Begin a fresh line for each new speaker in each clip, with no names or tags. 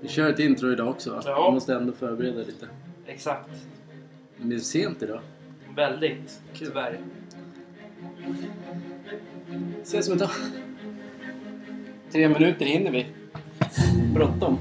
Vi kör ett intro idag också va?
Ja.
Vi måste ändå förbereda lite.
Exakt.
Men det är sent idag.
Väldigt.
Kul.
Tyvärr.
Ses om ett tag.
Tre minuter hinner vi.
Bråttom.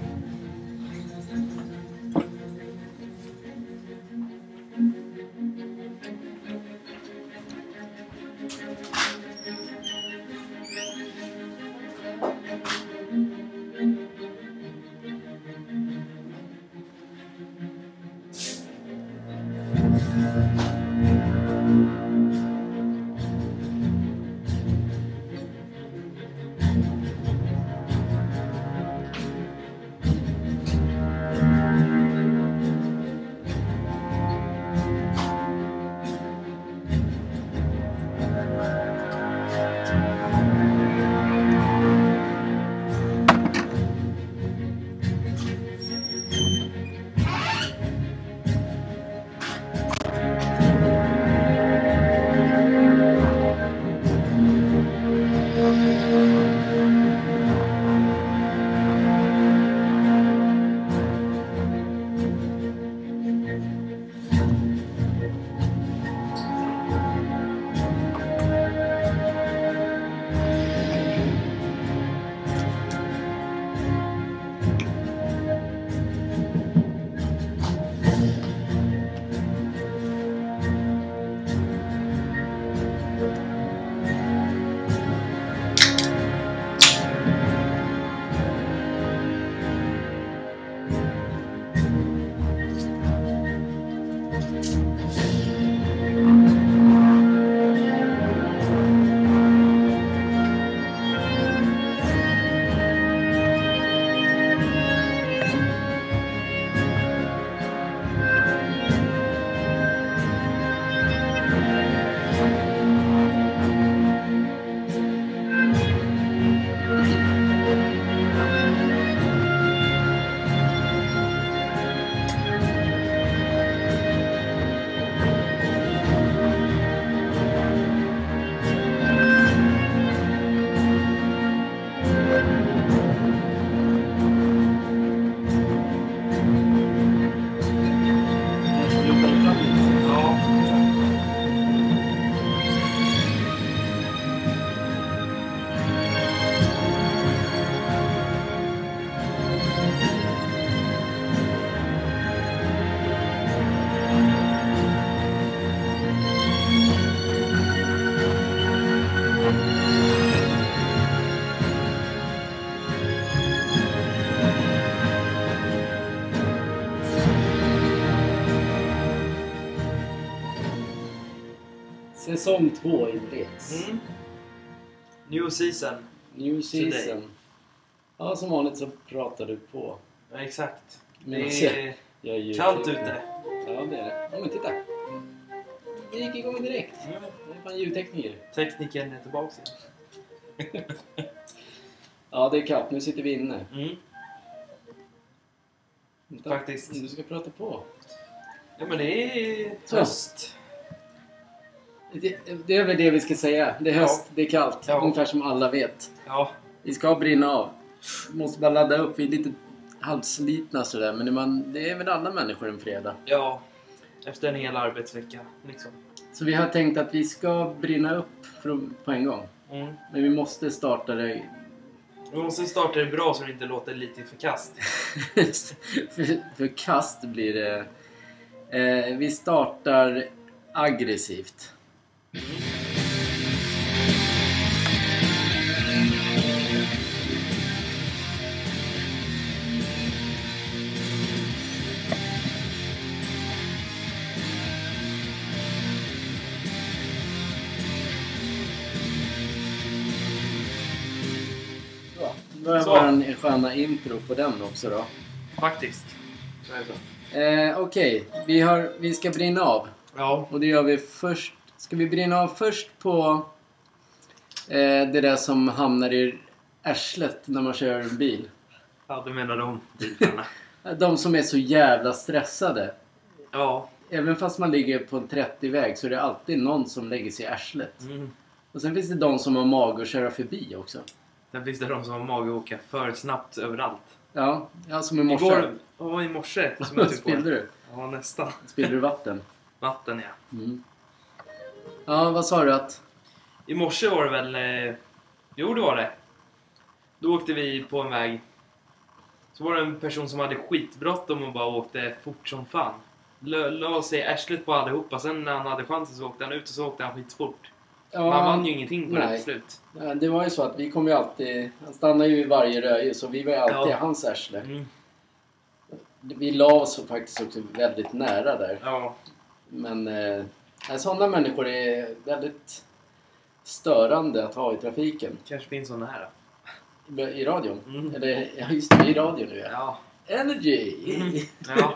Ja.
Säsong två inleds.
Mm. New season.
New season.
Today.
Ja, som vanligt så pratar du på.
Ja, exakt.
Men
Det
alltså,
är
jag är ju
kallt ute.
Ja, det är det. Ja, men titta. Det gick igång direkt. Det är fan ljudtekniker.
Tekniken är tillbaka igen.
Ja, det är kallt. Nu sitter vi inne.
Mm.
Vänta.
Faktiskt.
Du ska prata på.
Ja, men det är
Så.
höst.
Det, det är väl det vi ska säga. Det är
Ja.
höst, det är kallt.
Ja.
Ungefär som alla vet.
Ja.
Vi ska brinna av. Måste bara ladda upp. Vi är lite halvslitna sådär. Men när man, det är väl alla människor en fredag.
Ja. Efter en hel arbetsvecka. Liksom.
Så vi har tänkt att vi ska brinna upp från, på en gång.
Mm.
Men vi måste starta det...
Vi måste starta det bra så det inte låter lite för kast.
för, för kast blir det... Eh, vi startar aggressivt. Så, då
Så.
var en sköna intro på den också då.
Faktiskt. Så är det så.
Eh, Okej, vi, har- vi ska brinna av.
Ja.
Och det gör vi först. Ska vi brinna av först på eh, det där som hamnar i arslet när man kör en bil? Eh,
Ja, du menar de bitarna.
De som är så jävla stressade.
ja.
Även fast man ligger på en 30-väg så är det alltid någon som lägger sig i arslet.
Mm.
Och sen finns det de som har mag att köra förbi också.
Sen finns det de som har mage att åka för snabbt överallt.
Ja, ja som i morse.
Igår, ja i morse som jag typ
spillde
på.
du.
Ja nästan.
Spillde du vatten?
Vatten ja.
Mm. Ja, vad sa du att...
I morse var det väl... Eh, jo, det var det. Då åkte vi på en väg. Så var det en person som hade skitbråttom och bara åkte fort som fan. Lö, la sig i arslet på allihopa. Sen när han hade chansen så åkte han ut och så åkte han skitfort.
Ja,
Man vann ju ingenting på det
nej.
till slut.
Ja, Det var ju så att vi kom ju alltid... Han stannade ju vid varje rödljus och vi var ju alltid
Ja.
i hans arsle.
Mm.
Vi la oss faktiskt också väldigt nära där.
Ja.
Men eh, sådana människor är väldigt störande att ha i trafiken.
Kanske finns sån här.
I radion.
Mm.
Eller ja, just det, i radion nu ja.
Ja.
Energy!
Mm. ja.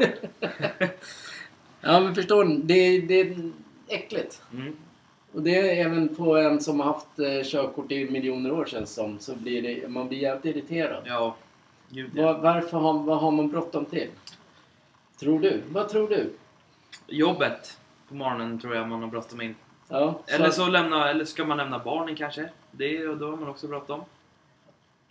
Ja men förstår ni, det, det är äckligt.
Mm.
Och det är även på en som har haft eh, körkort i miljoner år känns som, så blir det, man blir jävligt irriterad.
Ja. Gud, ja.
Var, varför har, vad har man bråttom till? Tror du? Vad tror du?
Jobbet på morgonen tror jag man har bråttom in.
Ja,
Eller,
att-
så lämna, eller ska man lämna barnen kanske? Det, är- då har man också bråttom.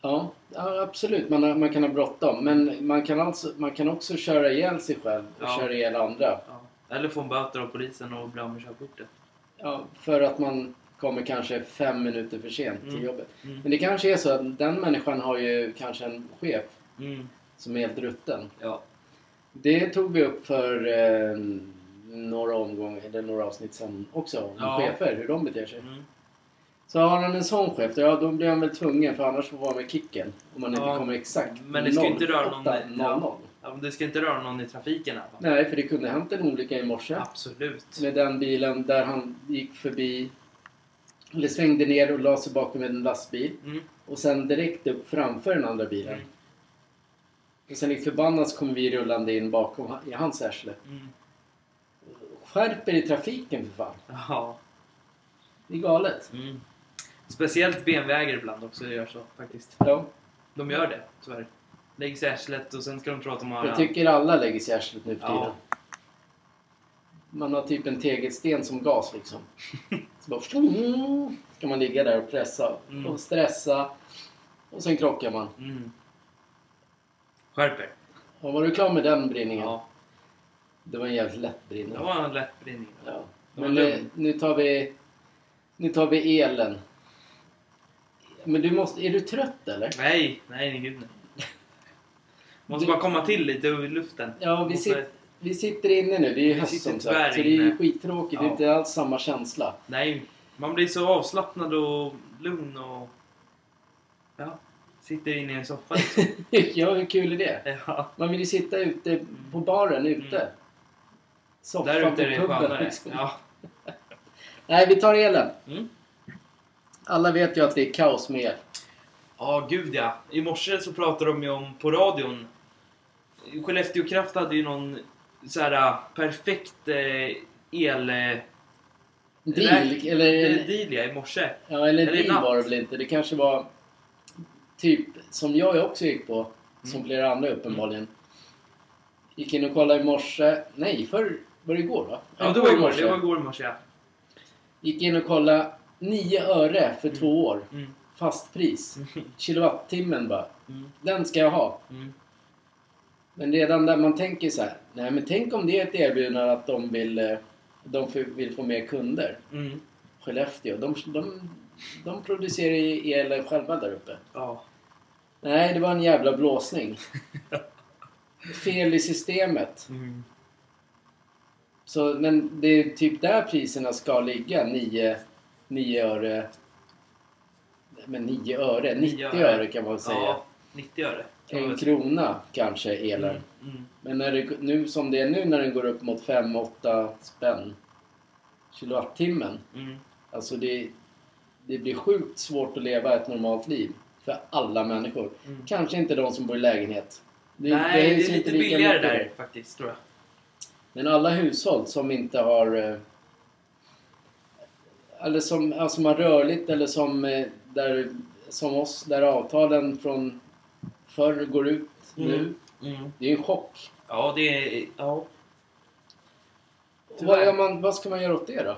Ja, ja absolut. Man, har- man kan ha bråttom. Men man kan, alltså, man kan också köra ihjäl sig själv och
Ja.
köra ihjäl andra.
Ja. Eller få en böter av polisen och bli av med körkortet.
Ja, för att man kommer kanske fem minuter för sent till
Mm.
jobbet.
Mm.
Men det kanske är så att den människan har ju kanske en chef
Mm.
som är helt rutten.
Ja.
Det tog vi upp för eh, några omgångar, eller några avsnitt sen också. Om
Ja.
chefer, hur de beter sig.
Mm.
Så har han en sån chef, ja då blir han väl tvungen för annars får vara med kicken. Om man inte
Ja.
kommer exakt
Men det ska inte röra någon-
08:00.
ja. Ja, men du ska inte röra någon i trafiken i alla fall.
Nej, för det kunde hänt en olycka i morse.
Absolut.
Med den bilen där han gick förbi, eller svängde ner och la sig bakom en lastbil.
Mm.
Och sen direkt upp framför den andra bilen.
Mm.
Och sen likt förbannat så kommer vi rullande in bakom ha- i hans arsle.
Mm.
Skärp er i trafiken för fan!
Ja.
Det är galet.
Mm. Speciellt BMW-ägare ibland också gör så faktiskt.
Ja.
De gör det, tyvärr. Lägger sig i arslet och sen ska de tro att de har...
Jag tycker alla lägger sig i arslet nu för
Ja.
tiden. Man har typ en tegelsten som gas liksom. Så bara... Ska man ligga där och pressa
Mm.
och stressa. Och sen krockar man.
Mm. Skärper.
Och var du klar med den brinningen?
Ja.
Det var en jävligt lätt brinning.
Det var en lätt brinning.
Ja.
Den var
Men nu,
lugn.
nu, tar vi, nu tar vi elen. Men du måste... Är du trött eller?
Nej, nej, gud nej. Måste
Du-
bara komma till lite i luften.
Ja, vi,
Måste-
sit, vi sitter inne nu. Det är ju
Vi
höst
sitter
som sagt.
tyvärr
Så det är ju
inne.
skittråkigt. Det är
Ja.
inte alls samma känsla.
Nej, man blir så avslappnad och lugn och... Ja, sitter inne i en soffa liksom.
ja, hur kul är det?
ja.
Man vill ju sitta ute på baren ute.
Mm.
Soffan
Där ute
på
är det
puben.
skönare.
liksom.
Ja.
Nej, vi tar elen.
Mm.
Alla vet ju att det är kaos med el.
Ja, gud ja. I morse så pratade de ju om på radion. Skellefteå Kraft hade ju någon så här äh, perfekt eh, el... eh,
Deal,
räk-
eller,
eh, deal ja, i morse.
ja, eller
eller
deal
natt.
var det väl inte. Det kanske var typ som jag också gick på. Som
Mm.
flera andra uppenbarligen. Gick in och kollade i morse. Nej, för var det igår va?
Ja, det var igår. Det var igår i morse ja.
Gick in och kollade 9 öre för
Mm.
två år.
Mm.
Fast pris. Kilowattimmen bara.
Mm.
Den ska jag ha.
Mm.
Men redan där man tänker så här, nej men tänk om det är ett erbjudande att de vill, eh, de f- vill få mer kunder.
Mm.
Skellefteå, de, de, de producerar ju elen själva där uppe.
Ja.
Nej, det var en jävla blåsning. Fel i systemet.
Mm.
Så, men det är typ där priserna ska ligga, 9, 9 öre. Nej, Men 9 öre, 90
Nio
öre.
öre.
kan man väl säga.
Ja, 90 öre. kan
en
man säga.
krona kanske elen.
Mm. Mm.
Men när det, nu som det är nu när den går upp mot 5-8 spänn kilowattimmen.
Mm.
Alltså det, det blir sjukt svårt att leva ett normalt liv för alla människor.
Mm.
Kanske inte de som bor i lägenhet. Det,
Nej, det är,
höjs ju
lite
lika
billigare
mycket.
där faktiskt, tror jag.
Men alla hushåll som inte har... eh, Eller som, alltså som har rörligt eller som, eh, där, som oss, där avtalen från förr går ut
Mm.
nu. Det är ju en chock.
Ja, det är... Ja.
Vad, gör man, vad ska man göra åt det då?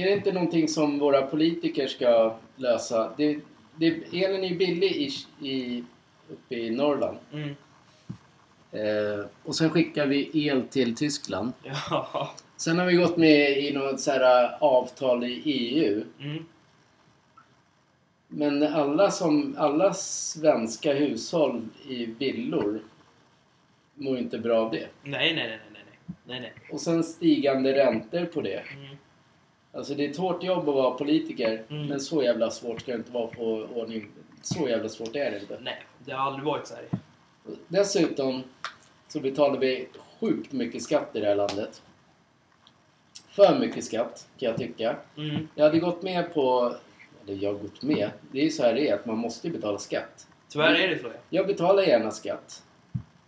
Är det inte någonting som våra politiker ska lösa? Det, det, elen är ju billig i, i, uppe i Norrland.
Mm.
Eh, och sen skickar vi el till Tyskland.
Ja.
Sen har vi gått med i något så här eh, avtal i EU.
Mm.
Men alla, som, alla svenska hushåll i villor mår ju inte bra av det.
Nej, nej, nej, nej, nej, nej, nej.
Och sen stigande räntor på det.
Mm.
Alltså det är ett hårt jobb att vara politiker,
Mm.
men så jävla svårt ska det inte vara att få ordning. Så jävla svårt är det inte.
Nej, det har aldrig varit så här.
Dessutom så betalar vi sjukt mycket skatt i det här landet. För mycket skatt, kan jag tycka.
Mm.
Jag hade gått med på... Eller jag har gått med. Det är ju så här det är, att man måste ju betala skatt.
Tyvärr är det så. ja.
Jag betalar gärna skatt.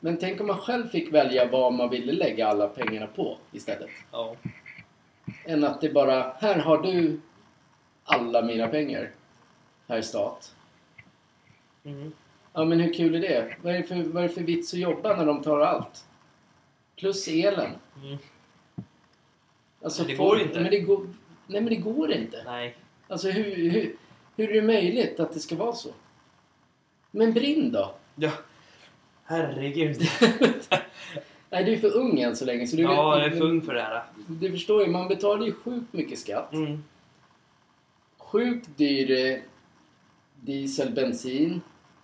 Men tänk om man själv fick välja vad man ville lägga alla pengarna på istället.
Ja.
Än att det bara, här har du alla mina pengar, herr stat.
Mm.
Ja men hur kul är det? Vad är det för, vad är det för vits att jobba när de tar allt? Plus elen.
Mm.
Alltså,
Men det
folk-
går inte.
Men det går, nej men det går inte.
Nej.
Alltså hur, hur, hur är det möjligt att det ska vara så? Men Brinn då?
Ja. Herregud.
Nej du är för ung än så länge så du,
Ja,
vet-
jag är för ung för det här.
du förstår ju, man betalar ju sjukt mycket skatt.
Mm.
Sjukt dyr eh, diesel, bensin,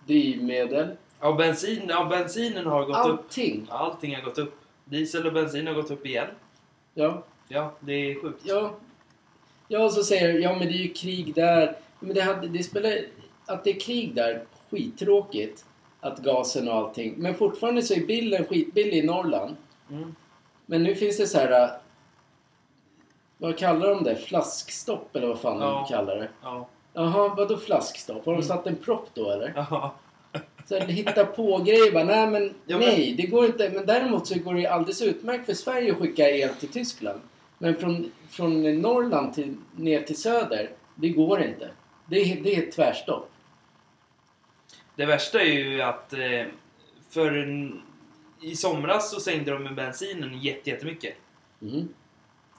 drivmedel.
Ja, bensin, ja, bensinen har gått upp.
Allting.
Allting har gått upp. Diesel och bensin har gått upp igen.
Ja,
Ja, det är sjukt.
ja. Ja, och så säger jag, ja men det är ju krig där. Men det, hade, det spelar... Att det är krig där, skittråkigt. Att gasen och allting. Men fortfarande så är bilen skitbillig i Norrland.
Mm.
Men nu finns det så här... äh, Vad kallar de det? Flaskstopp eller vad fan
Ja.
de kallar det?
Ja.
Jaha, vadå flaskstopp? Har de
Mm.
satt en propp då eller?
Ja.
Så här, hitta på grejer bara, nej men,
Ja, men-
nej det går inte. Men däremot så går det alldeles utmärkt för Sverige att skicka el till Tyskland. Men från, från Norrland till, ner till söder, det går inte. Det, är- det är ett tvärstopp.
Det värsta är ju att eh, för en, i somras så sänkte de med bensinen jätte- jättemycket.
Mm.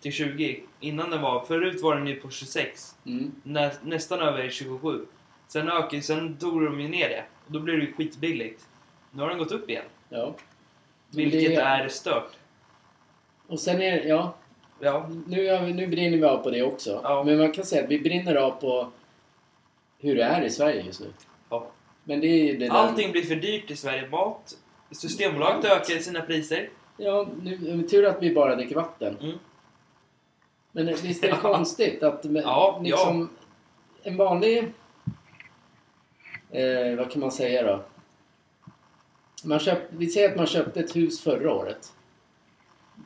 Till 20. Innan den var, förut var den ju på 26.
Mm.
Nä, nästan över 27. Sen ökade, sen tog de ju ner det. Och då blir det ju skitbilligt. Nu har den gått upp igen.
Ja.
Vilket
Det-
är stört.
Och sen är ja,
Ja.
nu, är vi- nu brinner vi av på det också.
Ja.
Men man kan säga att vi brinner av på hur det är i Sverige just nu.
ja.
Men det är ju det där-
Allting blir för dyrt i Sverige. Mat. Systembolaget ökar sina priser.
Ja, nu, tur att vi bara dricker vatten.
Mm.
Men visst är det
Ja.
konstigt att men,
Ja,
liksom, en vanlig... Eh, vad kan man säga då? Man köpt, vi säger att man köpte ett hus förra året.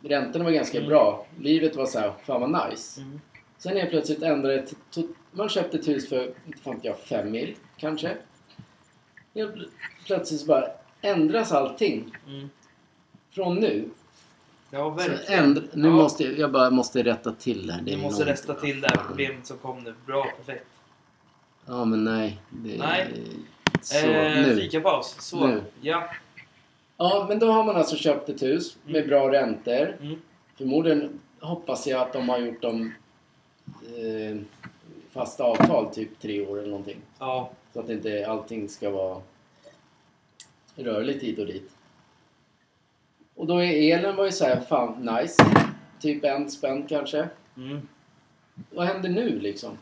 Räntorna var ganska
Mm.
bra. Livet var så här, fan vad nice.
Mm.
Sen är plötsligt ändrade till, to- Man köpte ett hus för, inte fan vet jag, fem mil kanske. Helt Plötsligt så bara ändras allting
Mm.
från nu
Ja, verkligen.
så ändra, nu
Ja.
måste jag, jag bara måste rätta till här. Det
Du
är
måste
någon-
rätta till det här problemet som kom nu. Bra, perfekt.
Ja men nej. Det,
Nej.
Så,
eh,
nu.
fikapaus. Så.
Nu.
Ja.
Ja men då har man alltså köpt ett hus med
Mm.
bra räntor.
Mm.
Förmodligen hoppas jag att de har gjort dem eh, fasta avtal typ tre år eller någonting.
Ja.
Så att inte allting ska vara rörligt hit och dit. Och då är elen var ju såhär, fan nice. Typ en spänn kanske.
Mm.
Vad händer nu liksom?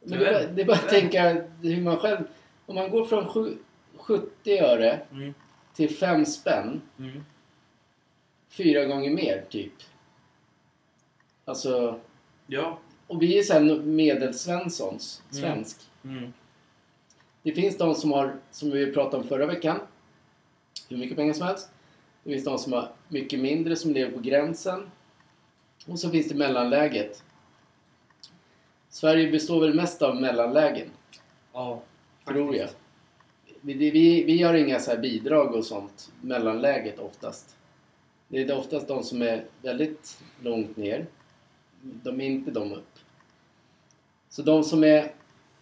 Men
Jag
det, är
vet
bara,
inte.
det är bara
Jag
att
vet
tänka hur man själv... Om man går från sju, 70 öre
Mm.
till 5 spänn,
Mm.
fyra gånger mer typ. Alltså...
Ja.
Och vi är sen medelsvenssons, svensk.
Mm.
Det finns de som har, som vi pratade om förra veckan, hur mycket pengar som helst. Det finns de som har mycket mindre, som lever på gränsen. Och så finns det mellanläget. Sverige består väl mest av mellanlägen,
Ja.
tror jag.
faktiskt.
Vi, det- vi, vi har inga så här bidrag och sånt, mellanläget oftast. Det är oftast de som är väldigt långt ner. De är inte de upp. Så de som är...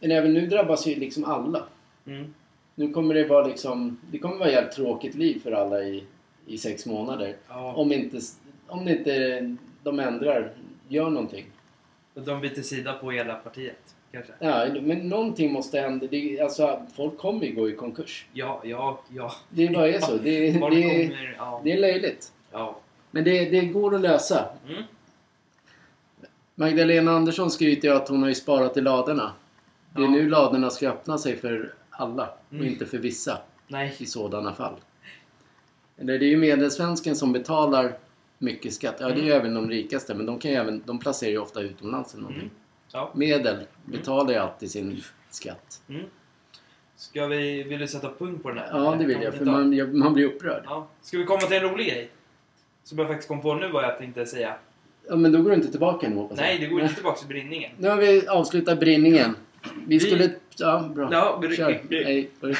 Men även nu drabbas ju liksom alla.
Mm.
Nu kommer det vara liksom, det kommer vara ett jävligt tråkigt liv för alla i, i sex månader.
Ja.
Om inte, om det inte de ändrar, gör någonting.
Och de byter sida på hela partiet. kanske.
Ja, men någonting måste hända. Det, alltså, folk kommer ju gå i konkurs.
Ja, ja, ja.
Det bara är så. Det,
Folk
det,
kommer... Ja.
det är löjligt.
ja.
Men det, det går att lösa.
Mm.
Magdalena Andersson skryter ju att hon har ju sparat i ladorna. Det är
Ja.
nu ladorna ska öppna sig för alla och
Mm.
inte för vissa
Nej.
i sådana fall. Eller det är ju medelsvensken som betalar mycket skatt. Ja, det är ju
Mm.
även de rikaste, men de, kan ju även, de placerar ju ofta utomlands eller någonting.
Mm. Ja.
Medel betalar ju alltid sin skatt.
Mm. Ska vi... Vill du sätta punkt på den här?
Ja, det vill jag, för man, jag- man blir upprörd.
Ja. Ska vi komma till en rolig grej? Som jag faktiskt kom på nu vad jag tänkte säga.
Ja, men då går du inte tillbaka nu hoppas jag.
Nej, det går inte tillbaka till brinningen.
Nu har vi avslutat brinningen. Vi
Vi-
skulle... Ja, bra.
Ja, br-
Kör. Nej, börja.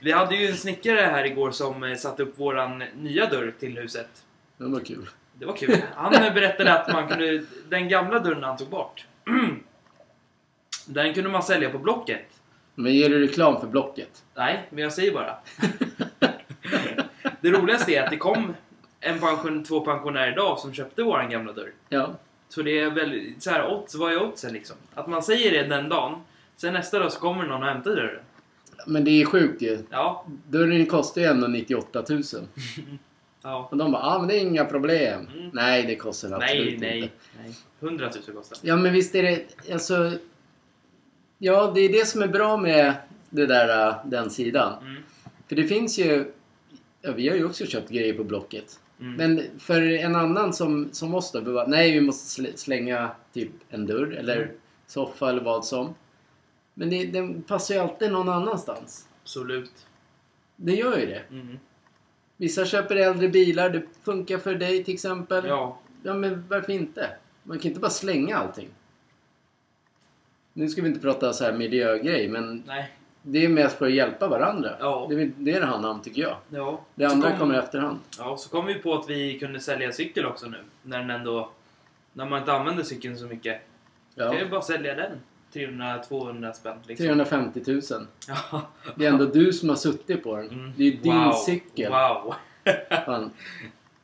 Vi hade ju en snickare här igår som eh, satte upp våran nya dörr till huset.
det var kul.
Det var kul. Han berättade att man kunde, den gamla dörren han tog bort, den kunde man sälja på Blocket.
Men ger du reklam för Blocket?
Nej, men jag säger bara. Det roligaste är att det kom en pension, två pensionärer idag som köpte våran gamla dörr.
ja.
Så det är väl så här, odds, vad är oddsen liksom? Att man säger det den dagen, sen nästa dag så kommer någon och hämtar dörren.
Men det är sjukt ju.
Ja,
Dörren kostar ju ändå 98 000.
ja.
Och de bara, ah, men det är inga problem.
Mm.
Nej, det kostar absolut
Nej,
inte.
nej, nej. 100 000 kostar
Ja, men visst är det... Alltså... Ja, det är det som är bra med det där, äh, den sidan.
Mm.
För det finns ju... Ja, vi har ju också köpt grejer på Blocket.
Mm.
Men för en annan som, som oss då, vi bara, nej vi måste sl- slänga typ en dörr eller
Mm.
soffa eller vad som. Men det, den passar ju alltid någon annanstans.
Absolut.
Det gör ju det.
Mm.
Vissa köper äldre bilar, det funkar för dig till exempel.
Ja,
Ja, men varför inte? Man kan inte bara slänga allting. Nu ska vi inte prata så här miljögrej, men
nej.
det är mest för att hjälpa varandra.
Ja.
Det är väl det det handlar om tycker jag.
Ja.
Det andra
Så kom-
kommer efterhand.
Ja, så kom vi på att vi kunde sälja cykel också nu. När den ändå... När man inte använder cykeln så mycket. Kan
Ja.
ju bara sälja den. 300-200 spänn liksom.
350 000.
Ja.
Det är ändå du som har suttit på den.
Mm.
Det är ju din
Wow.
cykel.
Wow. Mm.
Fan.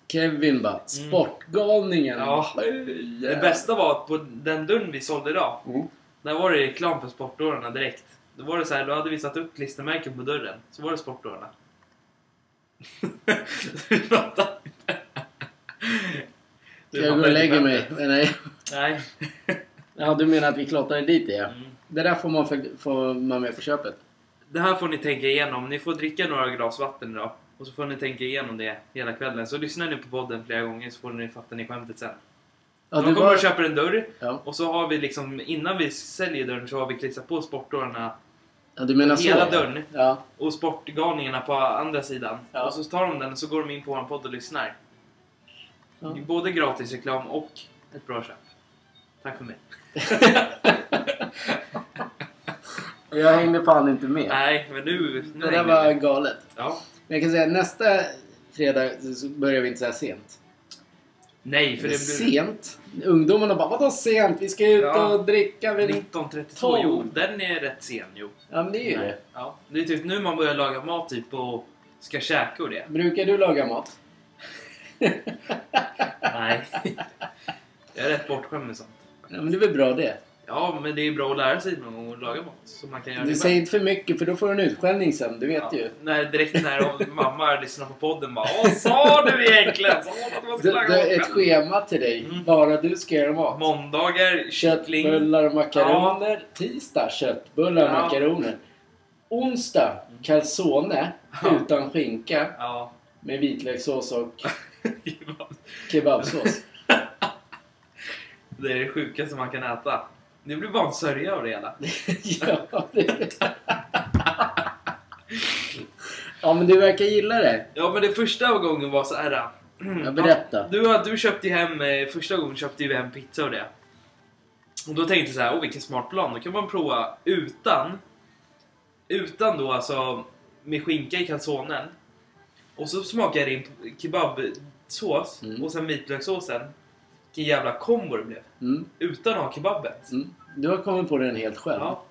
Kevin bara, sportgalningen.
Ja. Det bästa var att på den dörren vi sålde idag.
Mm.
Där var det reklam för sportdårarna direkt. Då var det så här, då hade vi satt upp klistermärken på dörren. Så var det sportdårarna. Du fattar inte. Du
Ska jag gå och
fattar inte
lägga
skämtet.
mig? Men Nej.
Nej.
Ja, du menar att vi klottade dit det? ja.
Mm.
Det där får man, för, får man med på köpet.
Det här får ni tänka igenom. Ni får dricka några glas vatten idag. Och så får ni tänka igenom det hela kvällen. Så lyssnar ni på podden flera gånger så får ni fatta ni skämtet sen.
Ja,
De
du
kommer
var...
och köper en dörr.
ja.
Och så har vi liksom, innan vi säljer dörren så har vi klistrat på sportdörrarna
ja du menar
Hela
så? ja.
dörren.
Ja.
och sportgalningarna på andra sidan.
Ja.
Och så tar de den och så går de in på vår podd och lyssnar.
Ja.
Det är Både gratis reklam och ett bra köp. Tack för mig.
Jag hängde fan inte med.
Nej, men nu... nu
det där
hänger
var
vi.
galet.
Ja.
Men jag kan säga nästa fredag så börjar vi inte så här sent.
Nej, för
Eller
det blir...
Sent? Ungdomarna bara, vadå sent? Vi ska ut
Ja.
och dricka. Vi...
1932,
Tolv.
jo den är rätt sen jo.
Ja, men det är ju
Nej.
det.
Ja. Det är typ nu man börjar laga mat typ och ska käka och det.
Brukar du laga mat?
Nej. Jag är rätt bortskämd med sånt.
Ja, men det är väl bra det.
Ja, men det är bra att lära sig någon gång att laga mat. Så man kan göra
Du
det
säger inte för mycket för då får du en utskällning sen, du vet
Ja,
ju.
När, direkt när mamma lyssnar på podden bara Vad sa du egentligen? Sa du att man
Du,
skulle
du,
laga
ett
mat?
schema till dig.
Mm.
Bara du ska göra mat.
Måndagar, kyckling.
Köttbullar och makaroner. Tisdag köttbullar och
Ja.
makaroner. Onsdag calzone
Ja.
utan skinka
Ja.
med vitlökssås och kebabsås.
det är det sjukaste man kan äta. Det blir bara en sörja av det hela.
ja, det... ja, men du verkar gilla det.
Ja men det första gången var så här. äh,
Ja, berätta.
Du, har- du köpte ju hem, eh, första gången köpte vi hem pizza och det. Och då tänkte jag så här, åh vilken smart plan. Då kan man prova utan, utan då alltså med skinka i calzonen. Och så smakar jag in kebabsås
Mm.
och sen vitlökssåsen. Vilken jävla kombo det blev.
Mm,
Utan att ha kebaben.
mm. Du har kommit på den helt själv.
Ja.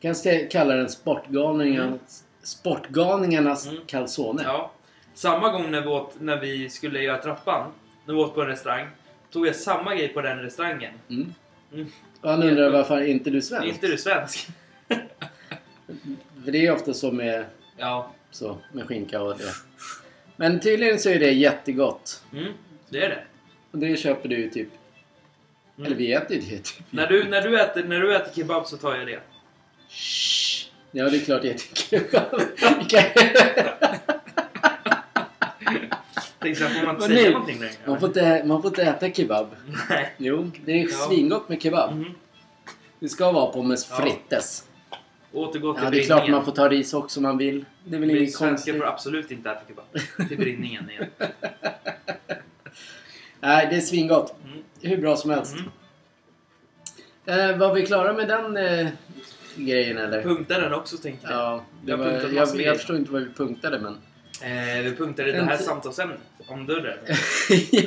Kan jag säga- kalla den sportgalningarnas, sportgalningarnas
Mm.
calzone.
ja. Samma gång när vi, åt, när vi skulle göra trappan, när vi åt på en restaurang. Tog jag samma grej på den restaurangen.
Mm.
Mm.
Han undrar varför inte du är svensk.
Är inte du svensk?
För det är ofta så med,
Ja.
så, med skinka och det. Men tydligen så är det jättegott.
Mm, det är det.
Och det köper du ju typ...
Mm.
Eller vi äter ju det typ.
När du, när, du äter, när du äter kebab så tar jag det.
Shh. Ja, det är klart jag tycker
Tänk så här, får man inte
Men
säga
nu-
någonting längre?
man, får inte, man får inte äta kebab.
Nej.
Jo, det är
Ja.
svingott med kebab.
Mhm.
Det ska vara pommes
Ja.
frites.
Återgå till
Ja, det är
brinningen.
klart man får ta ris också om man vill. Det är väl
Vi
inget
svenskar
konstigt.
får absolut inte äta kebab. Till brinningen igen.
Nej, det är svingott.
Mm.
Hur bra som helst.
Mm.
Eh, var vi klara med den eh, grejen eller?
Punkta den också tänkte jag.
Ja, det
Jag
var,
punktade
jag,
massor med
jag
grejer.
förstår inte vad vi punktade men...
Eh, vi punktade det här
Inte-
samtalsämnet om dörren.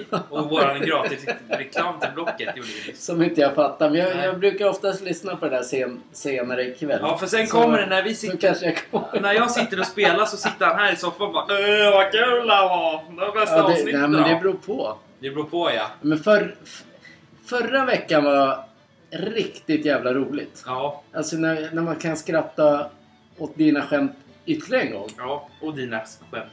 ja,
Och våran gratis reklam till Blocket gjorde vi nyss.
som inte jag fattar. Men jag,
Nej.
jag brukar oftast lyssna på det där sen, senare ikväll.
Ja, för sen
Så-
kommer det när vi
Så
sitter...
kanske jag kommer.
När jag sitter och spelar så sitter han här i soffan och bara "Öh, vad kul det var! Det var bästa
Ja, det,
avsnittet
nej, men
då."
det beror på.
det beror på ja.
Men för, f- förra veckan var riktigt jävla roligt.
Ja,
Alltså när, när man kan skratta åt dina skämt ytterligare en gång.
ja. och dina skämt.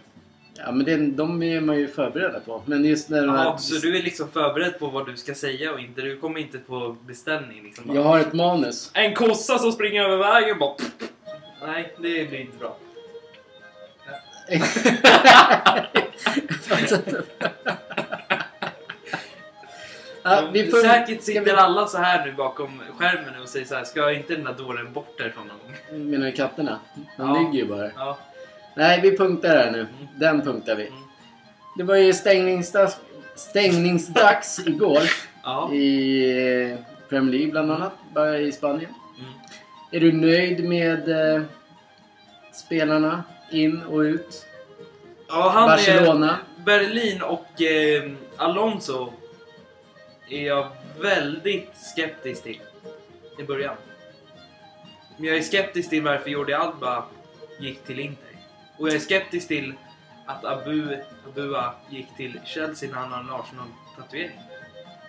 Ja, men det, de är man ju förberedd på. Men just när... de här-
Jaha, så du är liksom förberedd på vad du ska säga och inte, du kommer inte på beställning liksom? Bara,
Jag har ett manus.
En kossa som springer över vägen bara... Nej, det blir inte bra.
ja, vi
Men
punk-
Säkert
ska vi-
sitter alla så här nu bakom skärmen och säger så här, ska inte den där dåren bort därifrån någon gång?
Menar du katterna? De
Ja.
ligger ju bara här.
Ja.
Nej, vi punktar här nu.
Mm.
Den punktar vi.
Mm.
Det var ju stängningsdags, stängningsdags igår
Ja.
i eh, Premier League bland annat, bara i Spanien.
Mm.
Är du nöjd med eh, spelarna in och ut?
ja han
Barcelona.
Är Berlin och eh, Alonso är jag väldigt skeptisk till i början. Men jag är skeptisk till varför Jordi Alba gick till Inter. Och jag är skeptisk till att Abu, Abua gick till Chelsea när han har en Arsenal-tatuering.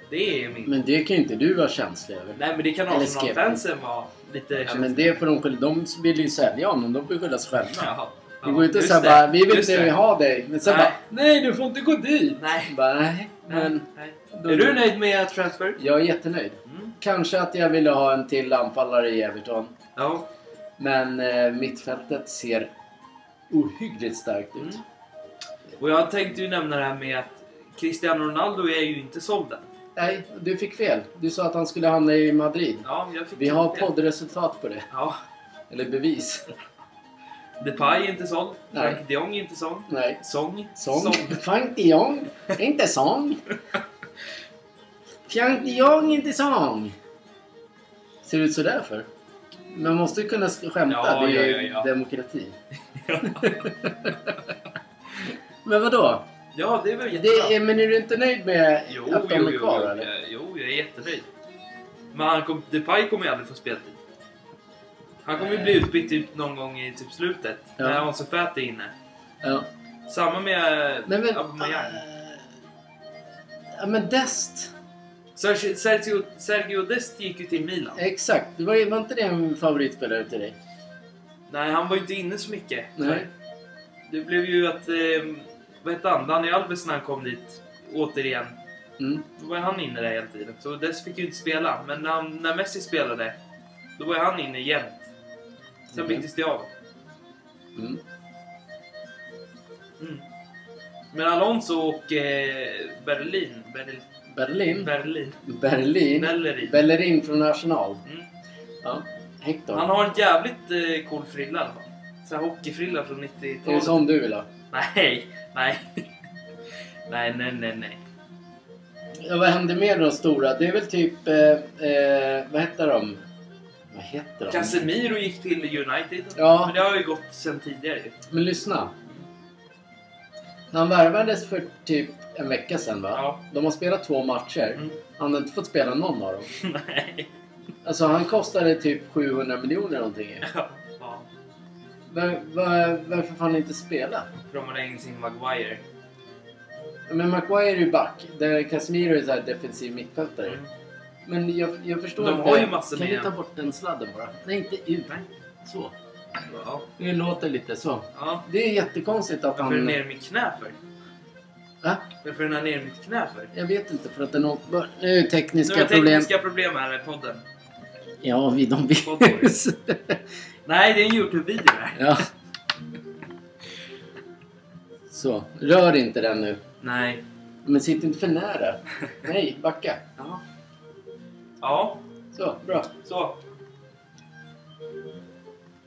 Det är min...
Men det kan ju inte du vara känslig över.
Nej men det kan
Eller
Arsenal-fansen vara lite...
Ja, men det får de skylla. De vill ju sälja honom. De får ju skylla sig själva.
Jaha.
Det går ju inte
Just
såhär
det.
bara, vi vill
Just
inte
det.
ha dig. Men sen
Nej.
bara, nej du får inte gå dit.
Nej.
Bara, nej. Men
Nej, nej.
då-
Är du nöjd med transfer?
Jag är jättenöjd.
Mm.
Kanske att jag ville ha en till anfallare i Everton.
Ja.
Men eh, mittfältet ser ohyggligt starkt ut.
Mm. Och jag tänkte ju nämna det här med att Cristiano Ronaldo är ju inte såld än.
Nej, du fick fel. Du sa att han skulle hamna i Madrid.
Ja, jag fick
Vi har
fel.
poddresultat på det.
Ja.
Eller bevis.
Depay är inte såld.
Nej.
Frank de Jong är inte såld.
Nej.
Song.
Sång. Frank de Jong. Inte sång. Frank de Jong, inte sång. Ser ut sådär för? Man måste ju kunna skämta.
Ja,
det är
ja, ja, ja.
demokrati. Men vadå?
Ja, det är väl jättebra.
Det är, men är du inte nöjd med
Jo,
att de
jo,
är
jo,
kvar
jo,
eller?
jag- jo, jag är jättenöjd. Men han kom, Depay kommer ju aldrig få speltid. Han kommer ju bli utbytt typ någon gång i typ slutet.
Ja.
När Ansu Fati är inne.
Ja.
Samma med eh,
Nej, men,
Aubameyang.
eh, ja, men Dest.
Sergio, Sergio, Sergio Dest gick ju till Milan.
Exakt. Det var, var inte det en favoritspelare till dig?
Nej, han var ju inte inne så mycket.
Nej.
Det blev ju att... Eh, vad hette han? Daniel Alves när han kom dit. Återigen.
Mm.
Då var han inne där hela tiden. Så Dest fick ju inte spela. Men när, han, när Messi spelade, då var han inne jämt. Sen
Mhm.
byttes det av.
Mm.
Mm. Men Alonso och eh, Berlin... Berlin...
Berlin.
Berlin.
Bellerin.
Bellerin.
Bellerin från Arsenal.
Mm.
Ja. Hector.
Han har en jävligt eh, cool frilla i alla fall. Så här hockeyfrilla från
Det är
90-talet.
som du vill ha.
Nej, nej. nej, nej, nej, nej.
Ja, vad hände med de stora? Det är väl typ... Eh, eh, vad heter de? Vad heter de?
Casemiro gick till United.
Ja.
Men det har ju gått sen tidigare ju.
Men lyssna. Han värvades för typ en vecka sedan va?
Ja.
De har spelat två matcher.
Mm.
Han har inte fått spela någon av dem.
Nej.
Alltså han kostade typ 700 miljoner någonting.
Ja. Ja.
Var, var, varför får han inte spela?
Promenade in sin Maguire.
Men Maguire är ju back. Där Casemiro är så här defensiv mittfältare.
Mm.
Men jag, jag förstår
De
inte.
har ju massor
kan
med-
du ta bort den sladden bara? Nej, inte ut.
Nej.
Så.
Ja.
Nu låter lite så.
ja.
Det är jättekonstigt att
Varför
han...
är den ner i mitt knä för?
Va?
Varför är den här ner i mitt knä för?
Jag vet inte för att den åt... Nu är det
Nu
tekniska
har vi
problem.
tekniska problem här i podden.
Ja, vi de
Poddar.
vet.
Nej, det är en Youtube-video här.
ja. Så, rör inte den nu.
Nej.
Men sitt inte för nära. Nej, backa.
Ja. Ja,
Så, bra.
så.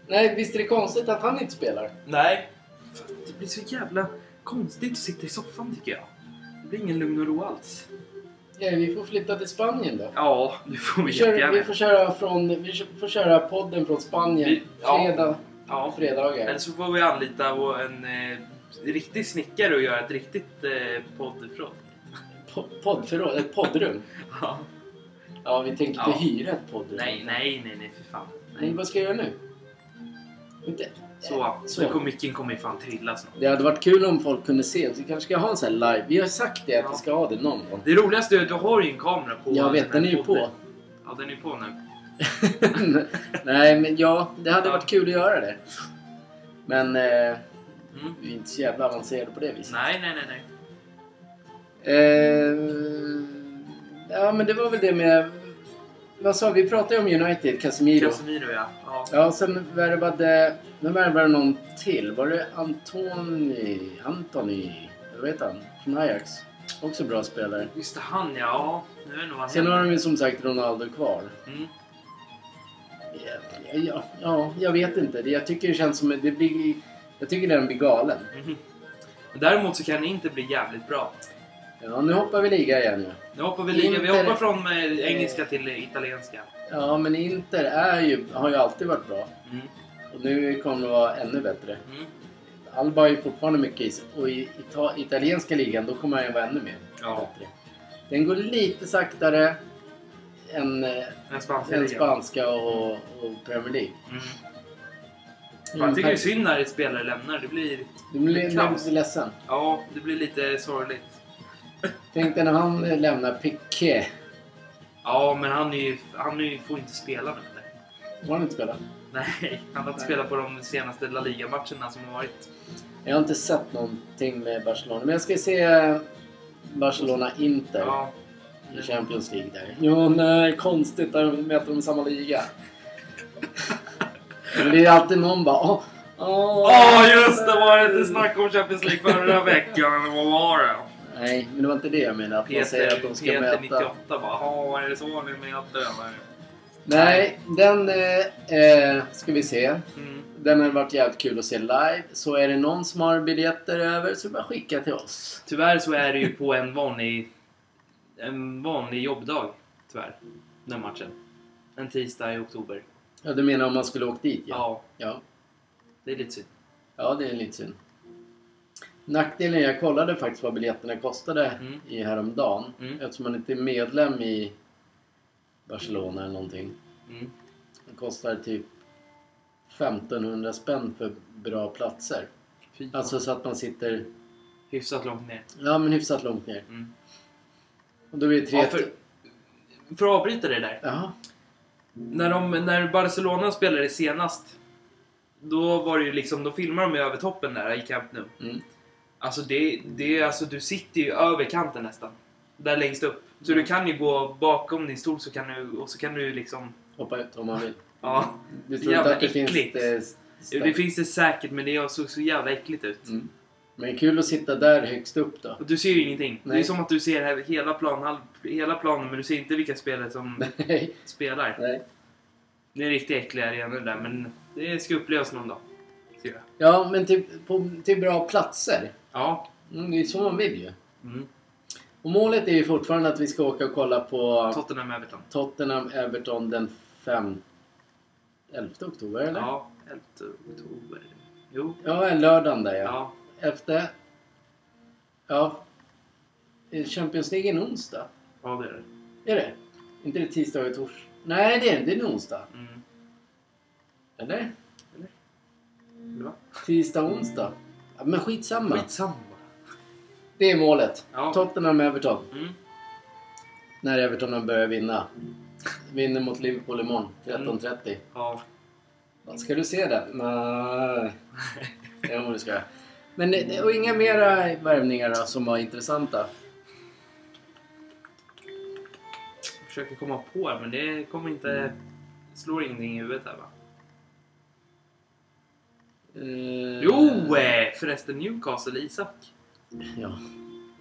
Nej, visst är det konstigt att han inte spelar?
Nej. Fan, Det blir så jävla konstigt att sitta i soffan tycker jag. Det blir ingen lugn och ro alls.
Ja, vi får flytta till Spanien då.
Ja, det får vi
Vi, kör, vi
jättegärna.
får köra från... Vi kö- får köra podden från Spanien.
Vi- ja.
Fredag.
Ja. Eller
Fredagar.
så får vi anlita vår- en eh, riktig snickare och göra ett riktigt eh, poddfrån.
Po- Poddförråd. Ett poddrum.
Ja.
Ja, vi tänker inte
Ja.
hyra ett poddrum.
Nej, nej, nej, nej, för fan.
Men
Nej.
vad ska jag göra nu? Inte.
Så,
Så.
så. Kom, micken kommer ju fan trilla snart.
Det hade varit kul om folk kunde se. Vi kanske ska ha en sån här live. Vi har sagt det att
Ja.
vi ska ha det någon gång.
Det roligaste är att du har ju en kamera på
Jag vet, den är
här
ju på.
podden. Ja, den är på nu.
Nej, men ja, det hade
Ja.
varit kul att göra det. Men eh,
Mm.
vi är inte så jävla avancerade på det viset.
Nej, nej, nej, nej.
Eh, ja, men det var väl det med... Vad sa vi? Vi pratade ju om United, Casemiro.
Casemiro ja. ja.
Ja, sen värvade... Nu värvade någon till. Var det Antoni? Antoni? Eller vad heter han? Från Ajax. Också bra spelare.
Just det, han ja. ja. Nu är det nog han
Sen har
heter.
de ju som sagt Ronaldo kvar.
mm.
Ja, ja, ja, jag vet inte. Det- Jag tycker det känns som... Det blir, jag tycker den blir galen.
Mhm. Men Däremot så kan det inte bli jävligt bra.
Ja, nu hoppar vi liga igen ju.
Nu hoppar vi liga. Vi
Inter-
hoppar från eh, engelska till eh, italienska.
Ja, men Inter är ju, har ju alltid varit bra.
Mm.
Och nu kommer det vara ännu bättre.
Mm.
Alba har ju fortfarande mycket is. Och i ita- italienska ligan, då kommer han ju vara ännu mer
Ja.
bättre. Den går lite saktare än, eh,
Den spanska
än
ligan.
spanska och, och Premier League.
Mm.
Mm,
Jag tycker det är
tack.
synd när ett spelare lämnar. Det blir,
Du blir du
kaos.
blir ledsen.
ja, det blir lite sorgligt.
Tänk dig när han eh, lämnar Piqué.
Ja, men han, är ju, han är ju, får inte spela nu. eller?
Har han inte spelat?
Nej, han har inte
Nej.
spelat på de senaste La Liga-matcherna som har varit.
Jag har inte sett någonting med Barcelona. Men jag ska se eh, Barcelona-Inter.
Ja,
i Champions League där. Jo, nej, konstigt att de möter dem i samma liga. Men det är alltid någon bara åh, åh,
Ja, just det! Var det inte snack om Champions League förra veckan? eller Vad var det?
Nej, men det var inte det jag menade. Att man säger
Peter,
att de ska
Peter
möta...
98 bara ja, är det så ni möter eller?
Nej, den eh, eh, ska vi se.
Mm.
Den har varit jävligt kul att se live. Så är det någon som har biljetter över så bara skicka till oss.
Tyvärr så är det ju på en vanlig, en vanlig jobbdag. Tyvärr. Den matchen. En tisdag i oktober.
Ja, du menar om man skulle åkt dit? Ja.
Ja,
Ja,
det är lite synd.
ja det är lite synd. Nackdelen, jag kollade faktiskt vad biljetterna kostade
Mm.
i häromdagen.
Mm.
Eftersom man inte är medlem i Barcelona eller någonting.
Mm.
Det kostar typ 1500 spänn för bra platser.
Fy fan.
Alltså så att man sitter
Hyfsat långt ner.
ja, men hyfsat långt ner.
Mm.
Och då blir det tre...
Ja, för, för att avbryta det där.
Jaha.
När, de, när Barcelona spelade senast. Då var det ju liksom, då filmade de ju över toppen där i Camp Nou.
Mm.
Alltså det, det är alltså, du sitter ju över kanten nästan. Där längst upp. Så du kan ju gå bakom din stol så kan du, och så kan du liksom...
Hoppa ut om man vill.
Ja.
Du tror
Jävla
inte att det
äckligt.
finns... eh,
Jo,
Det,
Det finns det säkert men det såg så jävla äckligt ut.
mm. Men kul att sitta där högst upp då.
Och du ser ju ingenting. Det är
Nej.
som att du ser här hela, planhalv, hela planen men du ser inte vilka spelare som
Nej.
spelar.
Nej.
Det är riktigt äckliga arenor där men det ska upplevas någon dag. Ser jag.
Ja, men till, på, till bra platser.
Ja.
Mm, det är så man vill ju.
Mm.
Och målet är ju fortfarande att vi ska åka och kolla på...
Tottenham-Everton.
Tottenham, Everton den 5... 11 oktober eller? Ja,
Ja, 11 oktober. Jo.
en lördag där ja.
Ja.
Efter... Ja. Är Champions League en onsdag?
Ja, det är det.
Är det? Inte det tisdag och torsdag? Nej, det är det. är en onsdag.
Mm.
Eller?
Va?
Tisdag och onsdag. Ja, men skitsamma.
Skitsamma.
Det är målet.
Ja.
Tottenham, Everton.
Mm.
när Everton börjar vinna. Vinner mot Liverpool imorgon 13.30.
Ja.
Vad Ska du se den? Nej. Jo, det ska jag. Men det- det- och inga mera värvningar då, som var intressanta?
Jag försöker komma på det, men det kommer inte...
Mm.
slår ingenting i huvudet här va?
Eh,
Jo! eh, Förresten Newcastle, Isak.
Ja,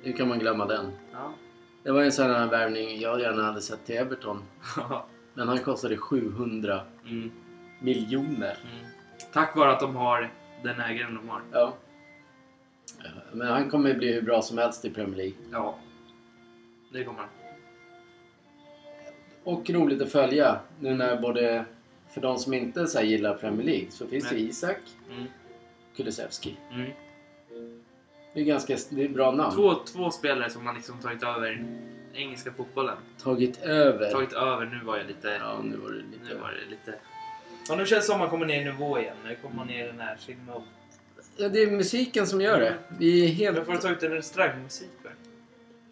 hur kan man glömma den?
Ja.
Det var ju en sån här värvning jag gärna hade sett till Everton. Men han kostade 700
mm,
miljoner.
mm. Tack vare att de har den ägaren de har.
Ja. Men han kommer bli hur bra som helst i Premier League.
Ja. Det kommer han.
Och roligt att följa nu när både för de som inte så här gillar Premier League så finns det
Nej.
Isak
Mm,
Kulusevski.
mm.
Det är ganska det är bra namn.
Två, två spelare som har liksom tagit över engelska fotbollen.
Tagit över.
Tagit över. Nu var jag lite...
Ja, nu var det lite...
Nu var det lite... Ja, nu känns det som man kommer ner i nivå igen. Nu kommer man ner i den här Sigma
Ja, det är musiken som gör det. Vi, är
Jag får
helt...
ta ut en restaurangmusik för.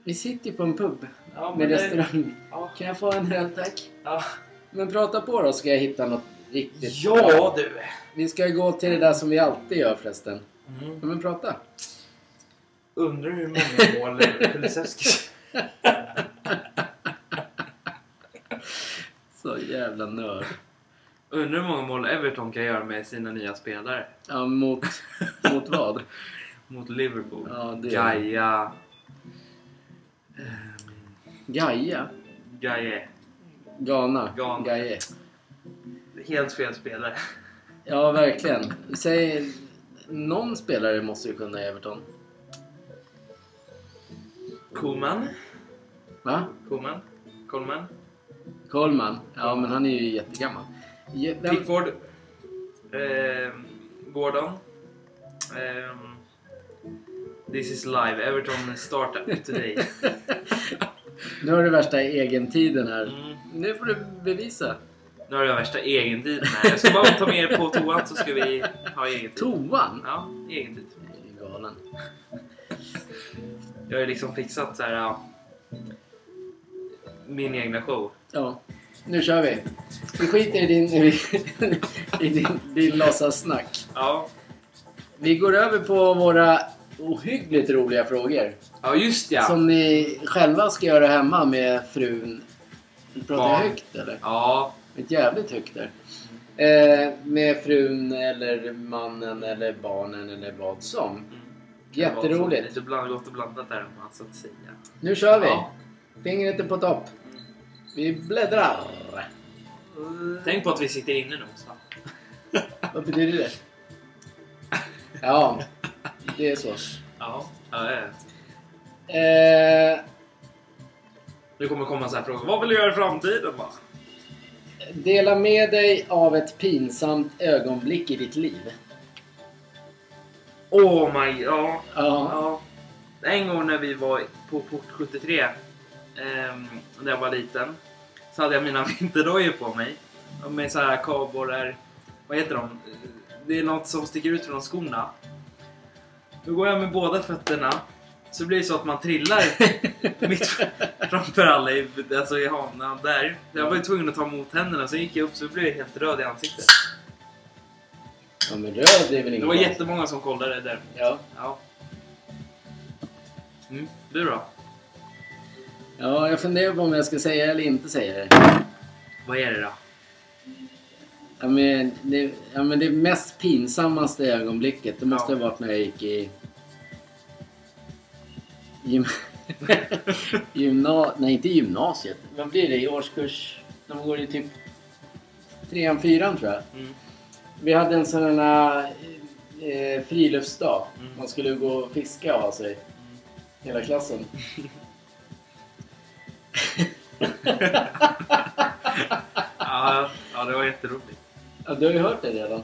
vi sitter ju på en pub
Ja, men
med
det-
restaurang.
Ja,
Kan jag få en öl tack?
ja.
Men prata på då ska jag hitta något riktigt bra.
ja du!
Vi ska gå till det där som vi alltid gör förresten.
Mm.
Ja, men prata.
Undrar hur många mål Kulusevski...
Så jävla nörd.
Undrar hur många mål Everton kan göra med sina nya spelare.
Ja, mot, mot vad?
Mot Liverpool.
Ja, det-
Gaia...
Gaia?
Gaia.
Ghana?
Ghana.
Gaia.
Helt fel spelare.
Ja, verkligen. Säg... Någon spelare måste ju kunna Everton.
Koman.
Va?
Koman. Coleman.
Coleman? Ja, men han är ju jättegammal. Je- vem-
Pickford. Ehm, Gordon. Ehm, this is live. Everton startup today.
Nu har du värsta egentiden här.
Mm.
Nu får du bevisa.
Nu har jag värsta egentiden här. Jag ska bara ta med er på toan så ska vi ha egentid.
Toan?
Ja, egentid.
Jag är Galen.
Jag har ju liksom fixat så här. ja, min egna show.
Ja, nu kör vi. Vi skiter i din, i din, din låtsassnack.
Ja.
Vi går över på våra ohyggligt roliga frågor.
ja, just ja.
Som ni själva ska göra hemma med frun. Pratar jag
Barn.
högt eller?
Ja,
Ett jävligt högt där. Eh, med frun eller mannen eller barnen eller vad som.
mm. Det var så
Jätteroligt.
Lite bland, gott och blandat där om man så att säga.
Nu kör vi.
Ja.
Fingret är på topp. Vi bläddrar.
Tänk på att vi sitter inne nu också.
Vad betyder det? Ja, det är så.
Ja. ja, ja.
Eh,
Det kommer komma så här frågor. Vad vill du göra i framtiden? Va?
dela med dig av ett pinsamt ögonblick i ditt liv.
Oh my... Ja.
Ja.
ja. En gång när vi var på port 73, ehm, när jag var liten, så hade jag mina vinterdojor på mig. Med så här kardborrar. Vad heter de? Det är något som sticker ut från skorna. Då går jag med båda fötterna. Så blir det så att man trillar mitt framför alla i, alltså i hamnen där. Jag var ju tvungen att ta emot händerna, så gick jag upp så blev jag helt röd i ansiktet.
ja men röd är väl
Det
inget
var
bra.
jättemånga som kollade där.
Ja.
Ja. Mm, du då?
ja, jag funderar på om jag ska säga eller inte säga det.
Vad är det då?
Ja, men det, ja, men det mest pinsammaste ögonblicket, det måste
Ja.
ha varit när jag gick i... Gym... Gymna... Nej, inte gymnasiet. Vad blir det? I årskurs... De går i typ trean, fyran tror jag.
Mm.
Vi hade en sån här eh, friluftsdag.
Mm.
Man skulle gå och fiska och ha sig. Hela klassen.
Ja, ja, det var jätteroligt.
Ja, du har ju hört det redan.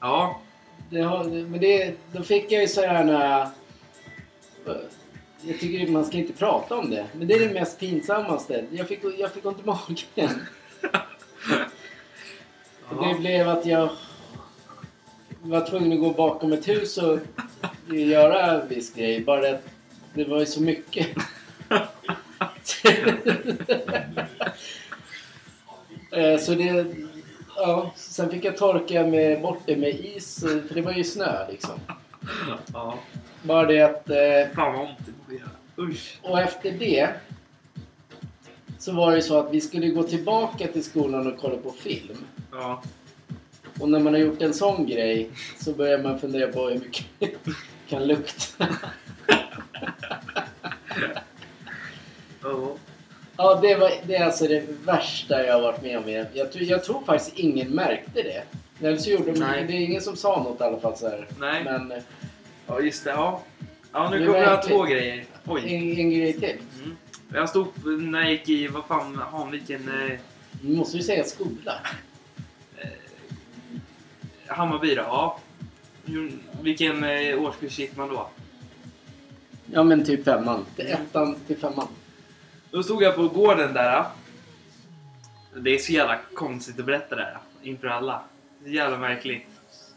Ja,
Det har, men det, då fick jag ju så här när... Jag tycker man ska inte prata om det. Men det är det mest pinsammaste. Jag fick, jag fick ont i magen. Och Det
ja.
blev att jag var tvungen att gå bakom ett hus och göra viss grej. Bara att det var ju så mycket. Eh, Så det... Ja, sen fick jag torka med, bort det med is, eh, för det var ju snö liksom.
Ja.
Bara det att... eh,
Fan vad ont det borde göra. Usch.
Och efter det så var det ju så att vi skulle gå tillbaka till skolan och kolla på film.
Ja.
Och när man har gjort en sån grej så börjar man fundera på hur mycket kan lukta.
Ja.
Ja, det, var, det är alltså det värsta jag har varit med om. Jag, jag, tror- jag tror faktiskt ingen märkte det. Eller så gjorde de,
Nej.
det är ingen som sa något i alla fall så här.
Nej.
Men eh,
Ja, just det. Ja. Ja, nu
Det
kommer
var
jag
äckligt.
två grejer. Oj.
eh, en, en grej till.
Mm. Jag stod när jag gick i, vad fan, Hanviken, eh,
Nu måste vi säga skola.
Hammarby då? Ja. Hur- Vilken eh, årskurs gick man då?
Ja, men typ femman. Till ettan till femman.
Då stod jag på gården där. Det är så jävla konstigt att berätta det här inför alla. Det är jävla märkligt.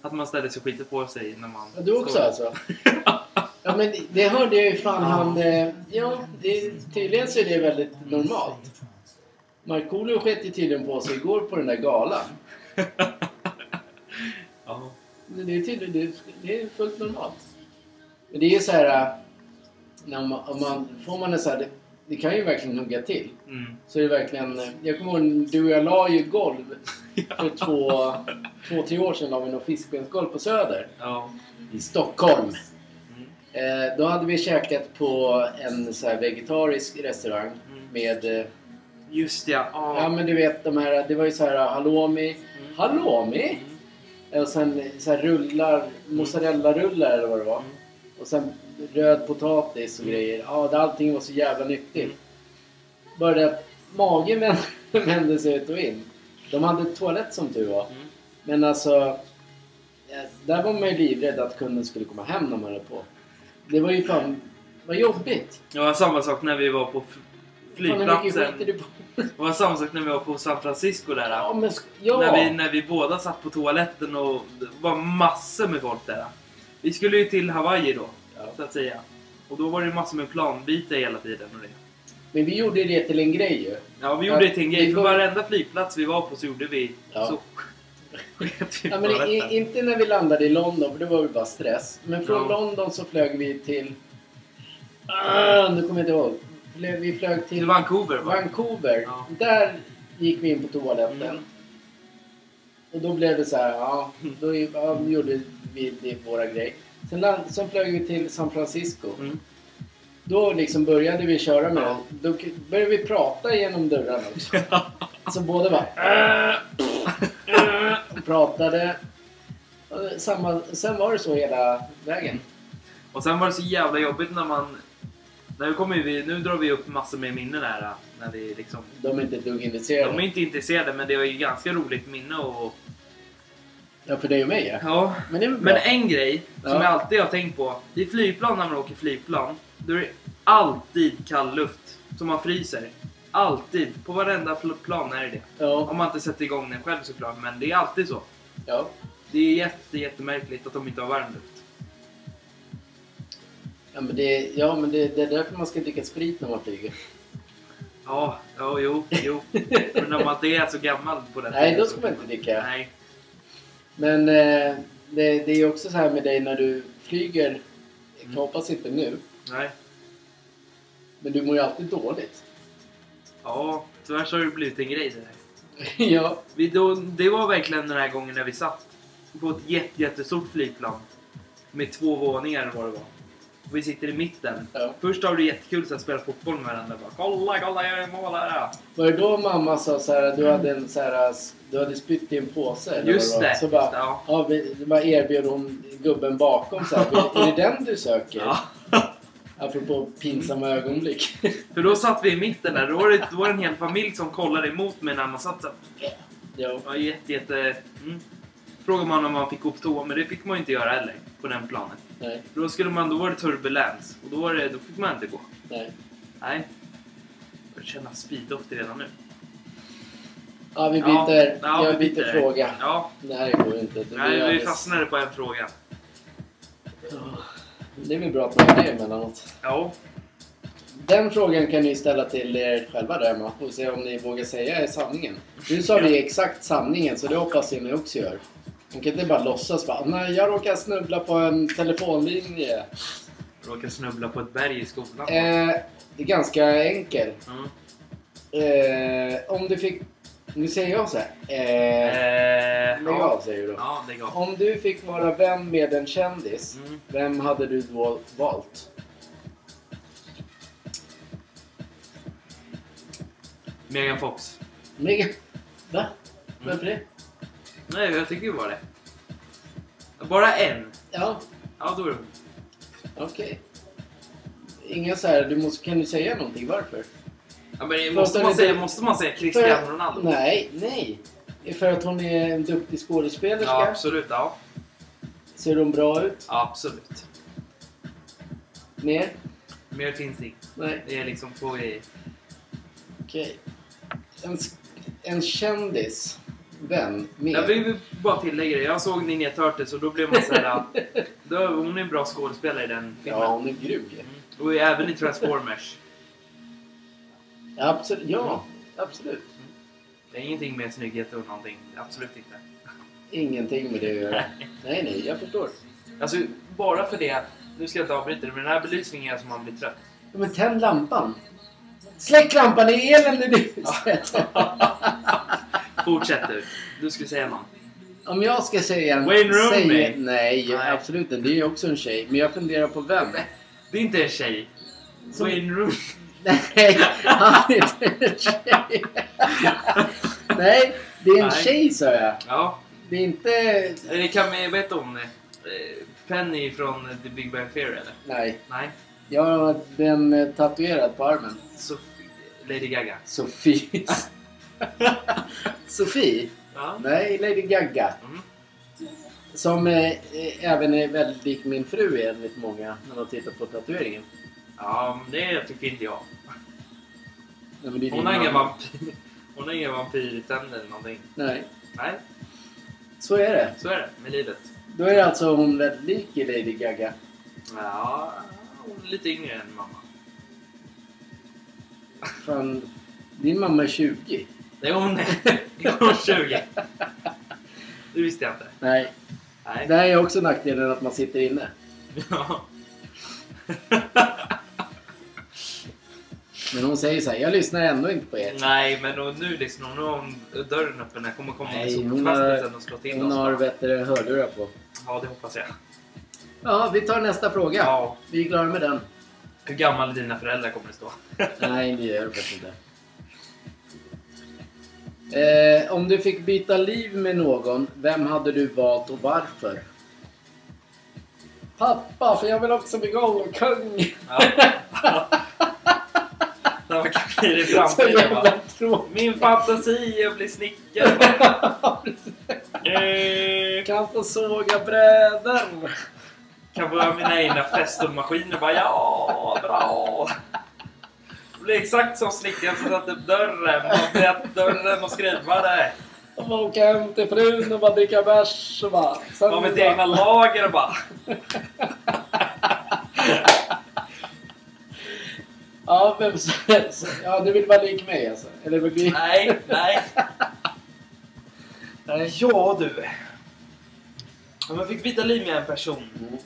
Att man ställer sig och skiter på sig när man...
Ja, du också
står.
alltså? Ja, men det- det hörde jag ju fan
Ja.
han... eh, Ja, det, tydligen så är det väldigt normalt. Markoolio sket ju tydligen på sig igår på den där galan.
Ja.
Det är tydligen det, det är fullt normalt. Men det är ju så här... äh, När man, om man, får man en så här... Det, det kan ju verkligen hugga till.
Mm.
Så är det verkligen... eh, Jag kommer ihåg, du och jag la ju golv för två, två tre år sedan la vi något fiskbensgolv på Söder.
Ja.
I Stockholm.
Mm.
Eh, då hade vi käkat på en så här vegetarisk restaurang
Mm.
med... Eh,
Just det, ja.
ja men du vet de här, det var ju så här halloumi.
Mm.
Halloumi?
Mm.
Eh, Och sen så här rullar, mozzarella-rullar eller vad det var.
Mm.
Och sen röd potatis och grejer. Ja, det- allting var så jävla nyttigt.
Mm.
Bara det att magen vände- vände sig ut och in. De hade toalett som tur var.
Mm.
Men alltså... eh, Där var man ju livrädd att kunden skulle komma hem när man höll på. Det var ju fan... Vad jobbigt!
Det var samma sak när vi var på f-
Fan, hur mycket
flygplatsen.
skiter du på?
Det var samma sak när vi var på San Francisco där.
Ja, men... sk- Ja!
När, vi, när vi båda satt på toaletten och det var massor med folk där. Vi skulle ju till Hawaii då,
Ja.
så att säga. Och då var det massor med planbyte hela tiden och det.
Men vi gjorde ju det till en grej ju.
Ja, vi
Ja,
gjorde det till en grej.
vi
För
bör-
varenda flygplats vi var på så gjorde vi
Ja.
så. sket vi
Ja,
på
men det,
toaletten.
i- inte när vi landade i London, för det var väl bara stress. Men från
Ja.
London så flög vi till... Ah, nu kommer jag inte ihåg. Flö- Vi flög
Till
till
Vancouver va?
Vancouver.
Ja.
Där gick vi in på toaletten.
Mm.
Och då blev det så här, ja, då i- ja, då gjorde vi det, våra grejer. Sen, land, sen flög vi till San Francisco.
Mm.
Då liksom började vi köra med
Ja.
Då k- började vi prata genom dörrarna också.
Mm.
Så Alltså, båda bara... och pratade. Och Samma, sen var det så hela vägen.
Och sen var det så jävla jobbigt när man... När vi kommer vi, nu drar vi upp massor med minnen här. När vi liksom...
De är inte ett dugg intresserade.
De är inte intresserade men det var ju ganska roligt minne och...
Ja, för dig och mig ja.
Ja,
Men det är väl bra.
Men en grej som
Ja.
jag alltid har tänkt på. I flygplan när man åker flygplan. Då är det alltid kall luft. Så man fryser. Alltid. På varenda fl- plan är det det.
Ja,
Om man inte sätter igång den själv såklart. Men det är alltid så.
ja.
Det är jätte, jättemärkligt att de inte har varm luft.
Ja, men, det, ja, men det, det är därför man ska dricka sprit när man flyger.
Ja, ja jo, jo. men om man inte är så gammal på den
Nej,
tiden
då
så-
ska man inte dricka.
Nej.
Men eh, det, det är ju också så här med dig när du flyger. Jag hoppas inte nu.
Nej.
Men du mår ju alltid dåligt.
Ja, tyvärr så har det blivit en grej det där.
ja.
Vi då, det var verkligen den här gången när vi satt på ett jätte, jättestort flygplan. Med två våningar eller vad det var. Och vi sitter i mitten.
ja.
Först har vi jättekul att spela fotboll med varandra. Bara, kolla, kolla, jag gör mål här!
Var det då mamma sa så här att du hade, en, så här, s- du hade spytt i en påse? eller vad
Just
var?
det!
Så bara,
ja.
ja, vi, bara erbjöd hon gubben bakom så här. Är det den du söker?
Ja.
Apropå pinsamma ögonblick.
För då satt vi i mitten där. Då var det, då var det en hel familj som kollade emot mig när man satt så här.
ja.
Det var jätte, jätte... Mm. Frågade man om man fick gå på toa, men det fick man ju inte göra heller. På den planen.
Nej,
För Då skulle man, då var det turbulens. Och då, var det, då fick man inte gå.
nej.
Nej. Jag börjar känna spydoft redan nu.
Ja, vi
Ja.
byter.
Ja,
jag
vi
byter,
byter.
fråga.
Ja,
Det här går ju inte. Det blir
nej, vi
alldeles-
fastnade på en fråga.
Det är väl bra att man gör det emellanåt.
Ja.
den frågan kan ni ställa till er själva där hemma och se om ni vågar säga är sanningen. Nu sa vi exakt sanningen så det hoppas jag ni också gör. Man kan inte bara låtsas bara nej jag råkar snubbla på en telefonlinje.
Råkade snubbla på ett berg i skolan.
Eh, det är ganska enkel.
Mm.
Eh, om du fick... Nu säger jag så här. Eh,
Eh,
lägg
ja.
av säger du då.
ja, lägg av.
Om du fick vara vän med en kändis,
Mm.
vem hade du då valt?
Megan Fox.
Mega... Va? Varför det?
Nej, jag tycker ju bara det. Bara en.
Ja,
Ja, då är det
okej. Inga så här, du måste, kan du säga någonting varför?
ja,
Måste
men måste, man
vi-
säga, måste man säga Cristiano Ronaldo?
Nej, nej. För att hon är en duktig skådespelerska.
Ja, absolut. Ja,
Ser hon bra ut?
absolut.
Mer?
Mer finns det inte.
Nej.
Det är liksom två grejer.
Okej. En, sk- en kändis. Vän? Mer?
Jag vill bara tillägga det. Jag såg Ninja Turtles och då blev man såhär... då, hon är en bra skådespelare i den filmen.
Ja, hon är grym ju.
Mm. Och även i Transformers.
Absolut. Ja, absolut.
Det är ingenting med snygghet och någonting. Absolut inte.
Ingenting med det att göra. Nej, nej, jag förstår.
Alltså, bara för det. Nu ska jag inte avbryta det, men den här belysningen gör som man blir trött.
Ja, Men tänd lampan. Släck lampan, det är elen i huset.
Fortsätt du. Du skulle säga någon.
Om jag ska säga en...
Wayne Rooney.
säga- nej,
Nej.
absolut inte. Det är ju också en tjej. Men jag funderar på vem.
Det är inte en tjej.
Som-
Wayne Rooney.
Nej, han är inte en tjej. Nej, det är en
Nej.
tjej sa jag.
Ja.
Det är inte...
Det kan vi... Vet du om eh, Penny från The Big Bang Theory eller?
Nej,
Nej.
jag har den eh, tatuerad på armen.
Så, Lady Gaga.
Sofie. Sofie?
Ja.
Nej, Lady Gaga.
Mm.
Som eh, eh, även är väldigt lik min fru är enligt många när man tittar på tatueringen.
Ja, men det tycker inte jag.
Nej, men det är
Hon
din
har inga
mamma.
vampyr... Hon har inga vampyrtänder eller någonting.
Nej,
Nej,
så är det.
så är det med livet.
Då är alltså hon väldigt lik i Lady Gaga.
Ja, hon är lite yngre än mamma.
Fan, din mamma är 20.
Nej, hon är hon är 20. Det visste jag inte.
Nej,
Nej.
det här är också nackdelen att man sitter inne.
Ja.
Men hon säger så här, jag lyssnar ändå inte på er.
Nej, men och nu lyssnar hon. Nu har hon dörren öppen. Jag kommer komma med
Nej, hon har-
solkastaren och slå till
Hon
oss.
har bättre hörlurar på.
Ja, det hoppas jag.
Ja, vi tar nästa fråga.
Ja.
Vi är klara med den.
Hur gammal dina föräldrar kommer det stå?
Nej, det gör det faktiskt inte. Eh, om du fick byta liv med någon, vem hade du valt och varför? Pappa, för jag vill också bli kung.
Ja. Det var kanske i
Så
framtiden
jävla
va?
tråkigt.
Min fantasi är att bli snickare. Eh,
Kan få såga brädor.
kan få göra mina egna festomaskiner. Bara ja, bra. Det blir exakt som snickaren som satte upp dörren. Man bröt dörren och skrivade.
Och bara åka hem till frun och bara dricka bärs. och bara- Sen
Var mitt
bara-
egna lager och bara.
Ja, vem som- ja, du vill vara lik mig alltså? Eller vad blir...
Nej, nej.
Nej.
Eh, Ja du. Om jag fick byta liv med en person.
Mm.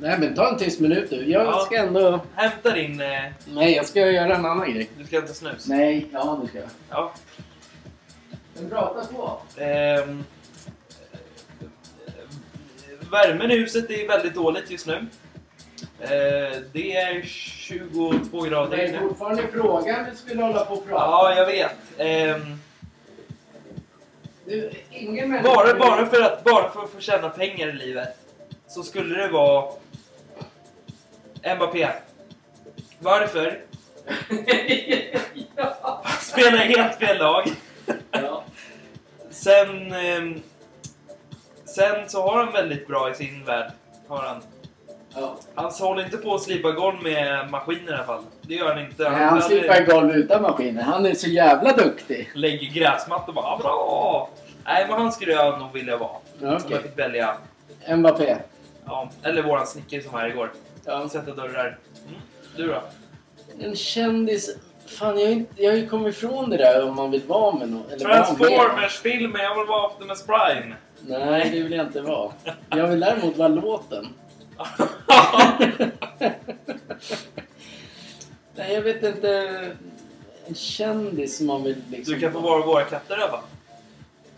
Nej men ta en tyst minut nu. Jag
Ja.
ska ändå...
Hämta din... eh,
Nej, jag ska göra en annan grej.
Du ska inte snus?
Nej, ja det ska jag.
Ja.
Men prata på.
Ehm, eh, värmen i huset är väldigt dåligt just nu. Eh, det är 22 grader
Det
just
är
nu.
fortfarande frågan du skulle hålla på och prata.
Ja, jag vet. Ehm,
Du, ingen människa...
bara, bara, för att, bara för att få tjäna pengar i livet så skulle det vara Mbappé. Varför? Han spelar i helt fel lag.
ja.
Sen, ehm, sen så har han väldigt bra i sin värld. Har han.
Ja.
Han håller inte på att slipa golv med maskiner i alla fall. Det gör han inte.
Nej, han
aldrig
slipar golv utan maskiner. Han är så jävla duktig.
lägger gräsmatta och bara "Ah, bra. Nej, men han skulle jag nog vilja vara.
Ja,
Om jag
Okej.
fick välja.
Mbappé.
Ja, eller våran snickare som var här igår. Han sätter dörrar. Mm. Du då?
En kändis... Fan, jag har, inte, jag har ju kommit ifrån det där om man vill vara med någon. Eller vara med någon.
Transformers-filmen, jag vill vara Optimus Prime!
Nej, det vill jag inte vara. Jag vill däremot vara låten. Nej, jag vet inte. En kändis som man vill liksom...
du kan få vara våra katter Ebba.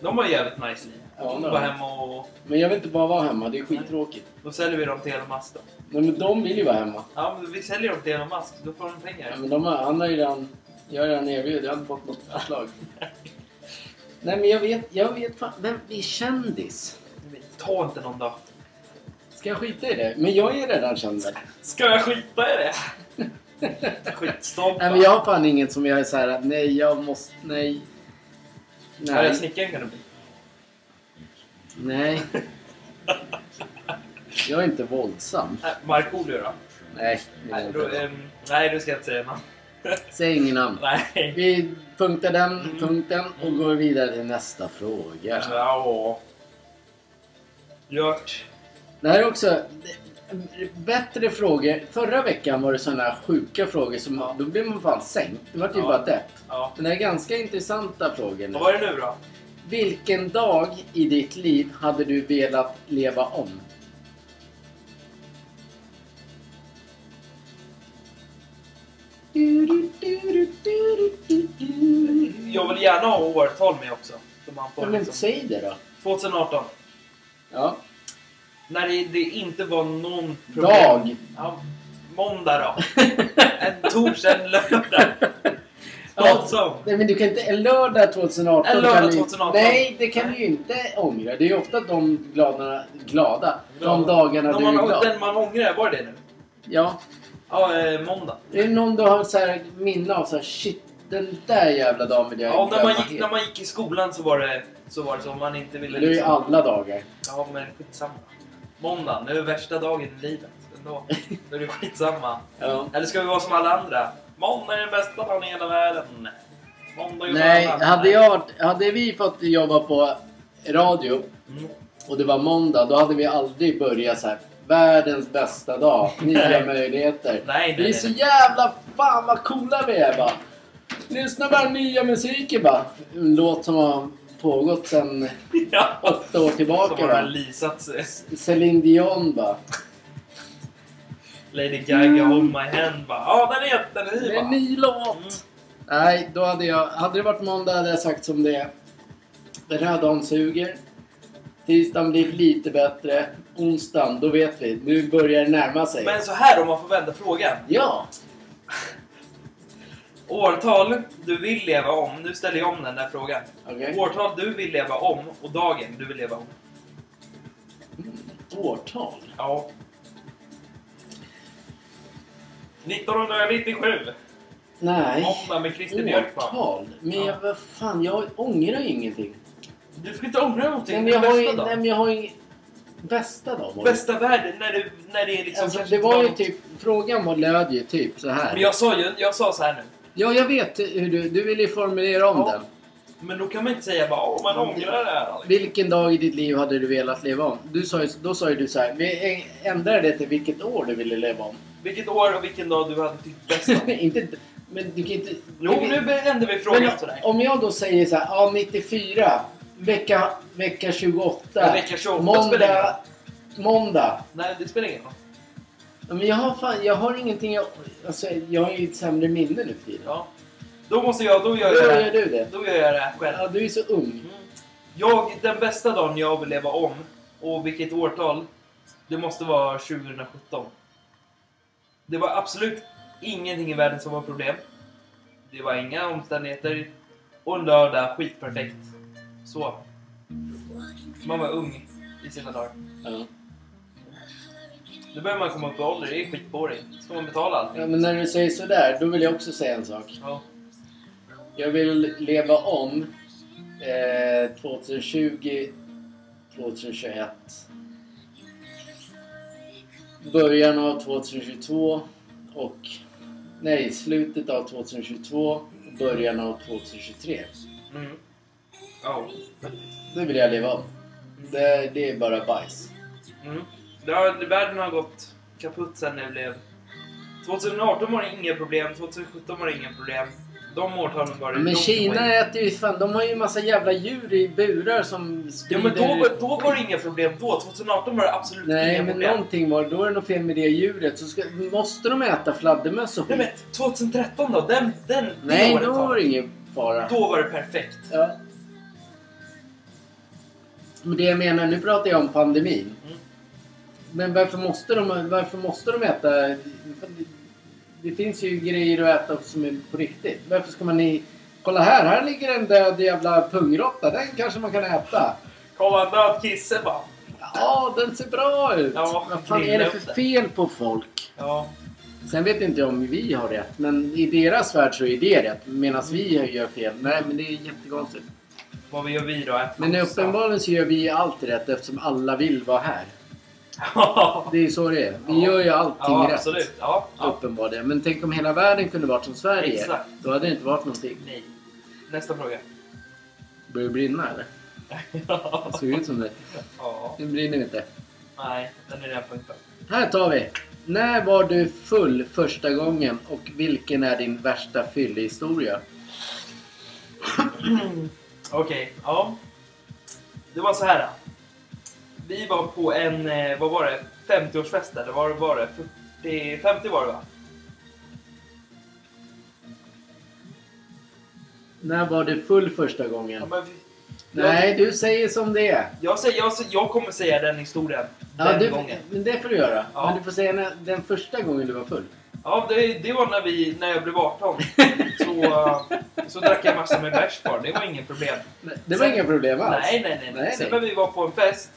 De har jävligt nice liv.
Ja,
de
det har
går
de.
hem och...
Men jag vill inte bara vara hemma, det är skittråkigt.
Då säljer vi dem till Elon Musk då.
Nej, men de vill ju vara hemma.
Ja, men vi säljer dem till Elon Musk. Då får de pengar.
Ja, men de har, han har ju redan... Jag har redan erbjudit, jag har inte fått något förslag. Nej, men jag vet, jag vet fan. Vem är kändis?
Ta inte någon dag.
Ska jag skita i det? Men jag är redan känd. väl?
Ska jag skita i det? Skitstoppa.
Nej, men jag har fan inget som jag är så här att nej, jag måste, nej.
Nej.
Nej.
Ja, snickaren kan du bli.
Nej. Jag är inte våldsam.
Nej, Markoolio då?
Nej, det är
Nej,
jag
då,
inte.
ehm, nej, du ska jag inte säga namn.
Säg ingen namn.
Nej.
Vi punktar
Mm.
den punkten och går vidare till nästa fråga.
Ja. Gjort.
Det här är också bättre frågor. Förra veckan var det sådana här sjuka frågor som då blev man fan sänkt. Det var ju
Ja.
bara depp.
Ja.
Men det här är ganska intressanta frågor nu.
Vad var det nu då?
Vilken dag i ditt liv hade du velat leva om?
Jag vill gärna ha årtal med också. Så man
Ja,
får
men
liksom,
säg det då.
2018.
Ja.
När det, det inte var någon problem.
Dag.
Ja, måndag då. En torsdag, en lördag. Något sånt.
Nej men du kan inte, en lördag 2018
En lördag
kan du-
2018.
Nej, det kan du ju inte ångra. Det är ju ofta de glada, glada de
Glada.
dagarna
När
du är
man,
glad.
den man ångrar, var det nu?
Ja.
Ja, eh, måndag.
Det är någon du har så här minne av så här, shit, den där jävla dagen vill jag
Ja, när man,
glömma
gick, när man gick i skolan så var det så var det som man inte ville...
Men det är ju
liksom-
alla dagar.
Ja, men skitsamma. Måndag, nu är värsta dagen i livet. Ändå. Nu är det skitsamma.
Ja.
Eller ska vi vara som alla andra? Måndag är den bästa dagen i hela världen. Måndag är
Nej,
bara-
hade, jag, varit- hade vi fått jobba på radio
Mm.
och det var måndag, då hade vi aldrig börjat så här. Världens bästa dag, nya
Nej.
möjligheter.
Nej,
Vi är
nej,
så
nej.
jävla fan vad coola vi är bara. Lyssna bara nya musiken bara. En låt som har pågått sedan
Ja.
åtta år
Som
tillbaka
har
va.
lisat sig.
Céline Dion bara.
Lady Gaga,
Mm.
Hold My Hand bara. Ja, den är den är Mm. ny
Det är en
va?
ny låt! Nej, då hade jag... Hade det varit måndag hade jag sagt som det är. Den här dagen suger. Tisdagen blir lite bättre. Onsdagen, då vet vi. Nu börjar det närma sig.
Men så här om man får vända frågan.
Ja!
Årtal du vill leva om. Nu ställer jag om den där frågan.
Okej.
Årtal du vill leva om och dagen du vill leva om.
Årtal?
Ja. 1997.
Nej.
Måndag med Christer Björkman.
Årtal? Men
Ja.
jag, vad fan, jag ångrar ju ingenting.
Du ska inte ångra
Nej,
någonting.
men
Det är
jag har
bästa
ju... Nej,
dagen.
men jag har ju... Bästa dag var det.
Bästa världen när, du, när det är liksom...
Alltså,
kanske
det var ju
inte
typ... Frågan var löd ju typ så
något- Men
här.
jag sa ju jag sa så här nu.
Ja, jag vet hur du... Du ville ju formulera om
Ja.
den.
Men då kan man inte säga bara åh, man ångrar det här. Alex."
Vilken dag i ditt liv hade du velat leva om? Du sa ju, då sa ju du så här, vi ändrade det till vilket år du ville leva om.
Vilket år och vilken dag du hade tyckt bäst om.
inte, men du kan inte...
Jo, nu ändrar vi frågan
men,
sådär.
Om jag då säger så här, ja 94, vecka, vecka 28,
Ja, vecka 28 spelar ingen roll.
måndag, måndag.
Nej, det spelar ingen roll.
Ja, Men jag har fan, jag har ingenting, jag, alltså, jag har ju ett sämre minne nu för tiden.
Ja. Då måste jag, då gör
Hur
jag
gör
det.
du det?
Då gör jag det här själv.
Ja, du är så ung.
Mm. Jag, den bästa dagen jag vill leva om, och vilket årtal, det måste vara 2017. Det var absolut ingenting i världen som var problem. Det var inga omständigheter. Och en lördag, skitperfekt. Så. Man var ung i sina dagar.
Ja.
Nu börjar man komma upp i ålder, det är skitboring. Ska man betala allting?
Ja, men när du säger sådär, då vill jag också säga en sak.
Ja.
Jag vill leva om eh, 2020, 2021. Början av 2022 och... Nej, slutet av 2022 och början av 2023.
Mm. Ja.
Det vill jag leva om. Det, det är bara bajs.
Mm. Det har, världen har gått kaputt sen det blev... 2018 var det inga problem, 2017 var det inga problem. De årtalen var det...
Men
långt
Kina
away.
äter ju fan, de har ju en massa jävla djur i burar som
Ja
sprider...
men då, var- då var det inga problem då. 2018 var det absolut
Nej
inga
men
problem.
någonting var då är det något fel med det djuret. Så ska, måste de äta fladdermöss och
Nej
skit?
men 2013 då? Den, den, det
Nej
året
då var det ingen fara.
Då var det perfekt.
Ja. Men det jag menar, nu pratar jag om pandemin.
Mm.
Men varför måste de, varför måste de äta... Det finns ju grejer att äta som är på riktigt. Varför ska man i... Kolla här, här ligger en död jävla pungråtta. Den kanske man kan äta.
Kolla, en död kisse bara.
Ja, den ser bra ut.
Ja,
Vad fan är det för
lilla.
fel på folk?
Ja.
Sen vet inte jag om vi har rätt, men i deras värld så är det rätt. Medan vi gör fel. Nej, men det är jättekonstigt.
Vad gör vi då? Äter
Men
kossa.
uppenbarligen så gör vi allt rätt eftersom alla vill vara här.
ja,
Det är ju så det är. Vi
Ja.
gör ju allting
ja,
rätt.
absolut. Ja, ja.
Uppenbarligen. Men tänk om hela världen kunde varit som Sverige.
Exakt.
Då hade det inte varit någonting.
Nej. Nästa fråga.
Börjar det brinna eller?
ja.
Det ser ut som det. Det brinner inte.
Nej, den är redan punktad.
Här tar vi. När var du full första gången och vilken är din värsta fyllehistoria?
Okej, ja. Det var så här. då. Vi var på en, eh, vad var det, 50-årsfest eller vad var det? 40, 50 var det va?
När var du full första gången?
Ja, men vi,
Nej, du säger som det är.
Jag, säger, jag, säger- jag kommer säga den historien den
du,
gången.
Men det får du göra.
Ja.
Men du får säga när, den första gången du var full.
Ja, det, det var när, vi, när jag blev 18. så, eh, så drack jag massor med bärs bara. Det var inget problem.
Nej, Det var
Sen-
inga problem alls.
Nej, nej, nej.
Nej,
nej. Sen
nej.
när vi var på en fest.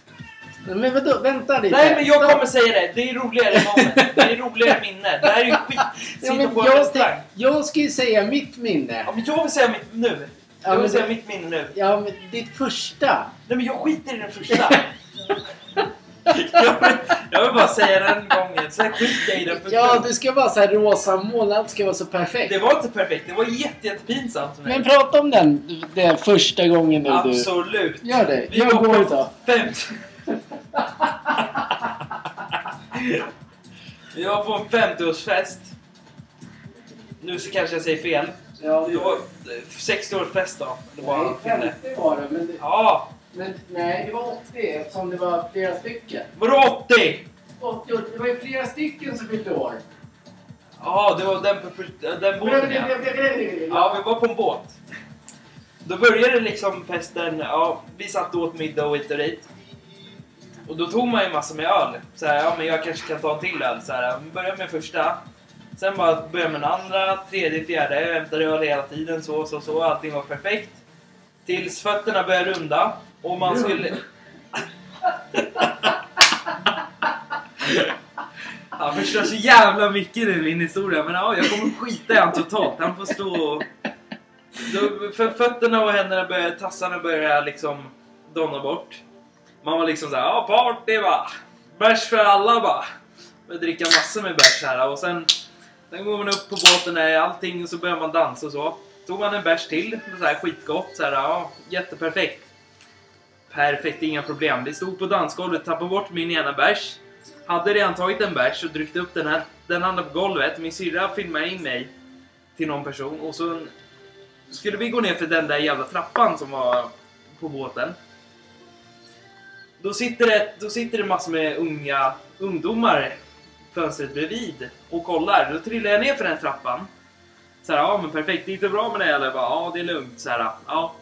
Men vadå, vänta lite.
Nej, men jag
Stopp.
kommer säga det. Det är roligare moment. Det är roligare minne. Det här är ju skit.
Ja,
Sitta
men
på en
jag, tänk,
restaurang.
jag ska ju säga mitt
Ja,
minne.
men jag vill säga mitt nu.
Ja,
Jag
men
vill säga
det-
mitt minne nu.
Ja, men ditt första.
Nej, men jag skiter i den första. jag, vill, jag vill bara säga den gången. Sen skiter jag i den första.
Ja, du ska vara så här rosa mål. Allt ska vara så perfekt.
Det var inte perfekt. Det var jätte, jättepinsamt för mig.
Men prata om den, den första gången nu du...
Absolut.
Gör det.
Vi
Jag
var
går
på
idag.
Fem... Vi var på en 50-årsfest. Nu så kanske jag säger fel.
Ja,
Det var eh, 60-årsfest då. Det var
Nej,
en kille.
50 var det. Men, det-
Ja,
men nej, det var 80 eftersom det var flera stycken.
vadå 80?
80, det var ju flera stycken som fyllde år.
Ja, det var den, på- den båten ja. Ja, vi var på en båt. Då började liksom festen, ja, vi satt och åt middag och hit och dit. Och då tog man ju massor med öl. Så här, ja men jag kanske kan ta en till öl. Så här, vi började med första. Sen bara började med den andra, tredje, fjärde. Jag hämtade öl hela tiden så, så, så. Allting var perfekt. Tills fötterna började runda. Och man skulle... Han förstör så jävla mycket nu min historia. Men ja, jag kommer skita i han totalt. Han får stå och... Då- För fötterna och händerna började, tassarna började liksom donna bort. Man var liksom såhär, ja party va! Bärs för alla va! Började dricka massor med bärs här och sen, sen går man upp på båten här, allting och så börjar man dansa och så. Tog man en bärs till, så här skitgott, så här, ja, jätteperfekt. Perfekt, inga problem. Vi stod på dansgolvet, tappade bort min ena bärs. Hade redan tagit en bärs och dryckt upp den här, den andra på golvet. Min syrra filmade in mig till någon person och så skulle vi gå ner för den där jävla trappan som var på båten. Då sitter det, då sitter det massor med unga ungdomar i fönstret bredvid och kollar. Då trillar jag ner för den trappan. Så här, ja men perfekt, det gick det bra med det eller? Jag Bara, ja det är lugnt. Så här, ja.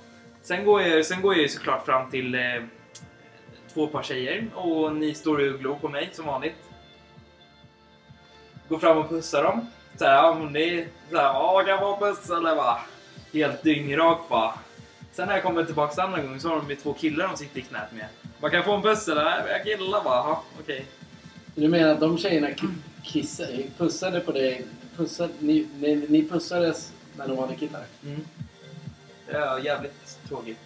Sen går jag sen går jag ju såklart fram till eh, två par tjejer och ni står och glor på mig som vanligt. Går fram och pussar dem. Så här, ja men det är så här, ja grabbar puss eller va? Helt dyngrak bara. Sen när jag kommer tillbaka andra gången så har de ju två killar de sitter i knät med. Man kan få en puss eller? Nej, men jag gillar bara, jaha okej.
Du menar att de tjejerna ki- kissade, pussade på dig? Pussade, ni, ni, ni pussades när de hade killar?
Mm. Det är jävligt tråkigt.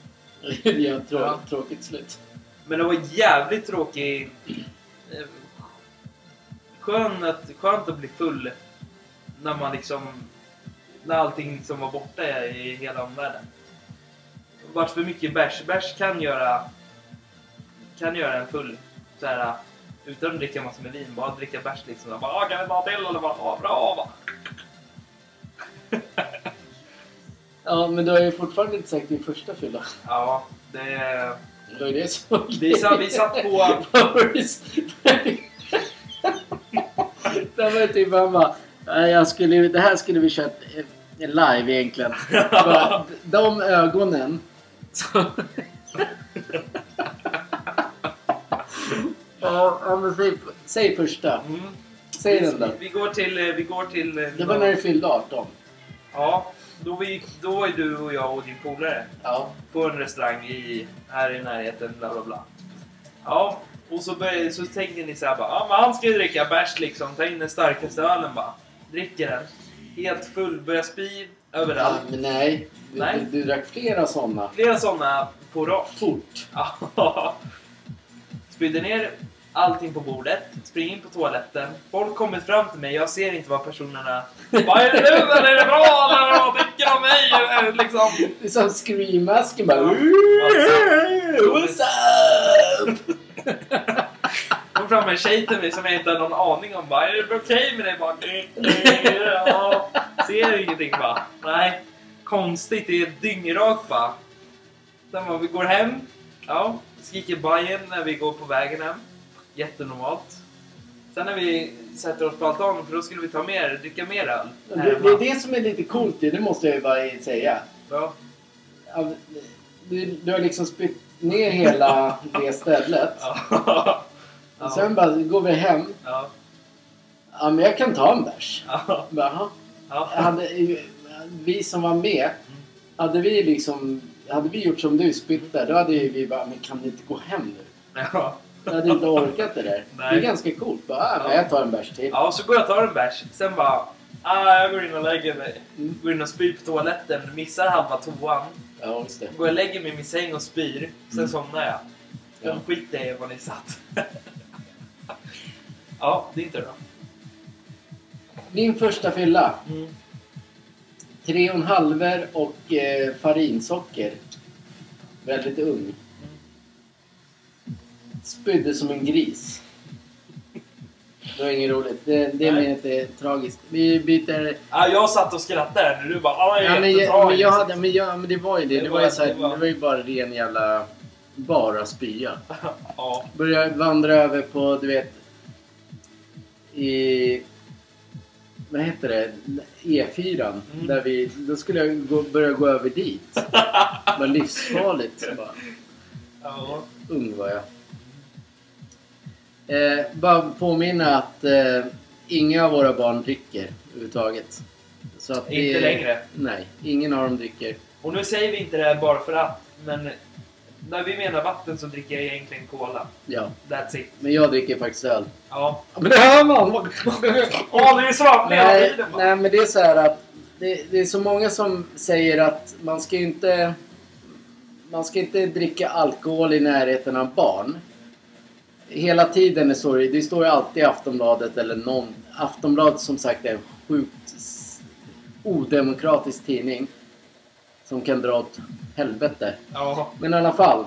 Det är ett trå-
Ja.
tråkigt slut.
Men det var jävligt tråkig... eh, Skön att, skönt att bli full när man liksom... När allting som var borta är i hela omvärlden. Vart för mycket bärs. Bärs kan göra... Kan göra en full. Så här, Utan att dricka massor med vin, bara dricka bärs liksom. Så Bara, "Ah, kan vi ta till? Eller bara, "Ah, bra! va?"
Ja, men du har ju fortfarande inte sagt din första fylla.
Ja, det...
Det var ju det som...
Vi satt, vi satt på...
Det var typ han bara... "Nej, Jag skulle, det här skulle vi kört eh, live egentligen. Bara, de ögonen.
Så-
Ja, ja, men säg, säg första.
Mm.
Säg den då.
Vi- Vi går till... eh, Vi går till eh,
Det var när du fyllde 18.
Ja, då, vi, då var ju du och jag och din polare
Ja.
på en restaurang i, här i närheten, bla bla bla. Ja, och så, började, så tänkte ni så här bara, ja men han ska ju dricka bärs liksom, ta in den starkaste ölen bara. Dricker den. Helt full, börjar spy överallt.
Men nej. Du,
Nej.
Du, du drack flera sådana.
Flera sådana på rad.
Fort.
Ja. Spydde ner allting på bordet, spring in på toaletten. Folk kommer fram till mig, jag ser inte vad personerna... Vad är det nu? Eller är det bra? Eller vad tänker de om mig? Eller Liksom.
Det är som Scream-masken bara...
Ja.
What's up?
kom fram en tjej till mig som jag inte hade någon aning om. Bara, är det okej med dig? Bara, "Nej, nej, ja, ser ingenting bara. Nej. Konstigt, det är dyngrak bara. Sen bara, vi går hem. Ja, skriker Bajen när vi går på vägen hem. Jättenormalt. Sen när vi sätter oss på altanen, för då skulle vi ta mer, dricka mer öl.
Det, det är det som är lite coolt det, det måste jag ju bara säga.
Ja.
Ja, Du, du har liksom spytt ner hela det stället.
Ja.
Och sen bara går vi hem.
Ja.
Ja, men jag kan ta en bärs.
Ja.
Bara, "Jaha."
Ja.
Hade, vi som var med, hade vi liksom... Hade vi gjort som du, spytt där, då hade ju vi bara, men kan ni inte gå hem nu?
Ja.
Jag hade inte orkat det där.
Nej.
Det är ganska coolt. Bara, ah, men
Ja.
jag tar en bärs till.
Ja, så går jag och tar en bärs. Sen bara... Ah, jag går in och lägger mig.
Mm.
Går in och spyr på toaletten, missar halva toan.
Ja, just det.
Går och lägger mig i min säng och spyr. Sen
Mm.
somnar jag.
Ja.
Jag skiter i var ni satt. ja, det är inte bra.
Min första fylla.
Mm.
Tre och en halver och eh, farinsocker. Väldigt ung. Spydde som en gris. Det var inget roligt. Det, det
Nej.
menar jag inte är tragiskt. Vi byter...
Ah, jag satt och skrattade här nu. Du bara ah, jag
Ja,
är
men, jag,
jättetragisk."
men, jag hade, men, jag, men det var ju det. Det var ju, så här,
det var-
det var ju bara ren jävla... Bara spya.
Ja.
Började vandra över på, du vet... I... Vad heter det? E4.
Mm.
Där vi, då skulle jag gå, börja gå över dit. Det var livsfarligt. Så bara,
Ja.
ung var jag. Eh, bara påminna att eh, inga av våra barn dricker överhuvudtaget. Så att det-
Inte längre.
Nej, ingen av dem dricker.
Och nu säger vi inte det här bara för att. Men när vi menar vatten så dricker jag egentligen cola.
Ja.
That's it.
Men jag dricker faktiskt öl.
Ja.
Men det hör man!
Åh, det är svamp hela
Nej,
tiden bara.
nej, men det är så här att det, det är så många som säger att man ska ju inte man ska inte dricka alkohol i närheten av barn. Hela tiden är så det, det står ju alltid i Aftonbladet eller någon. Aftonbladet som sagt är en sjukt s- odemokratisk tidning som kan dra åt helvete.
Ja.
Men i alla fall.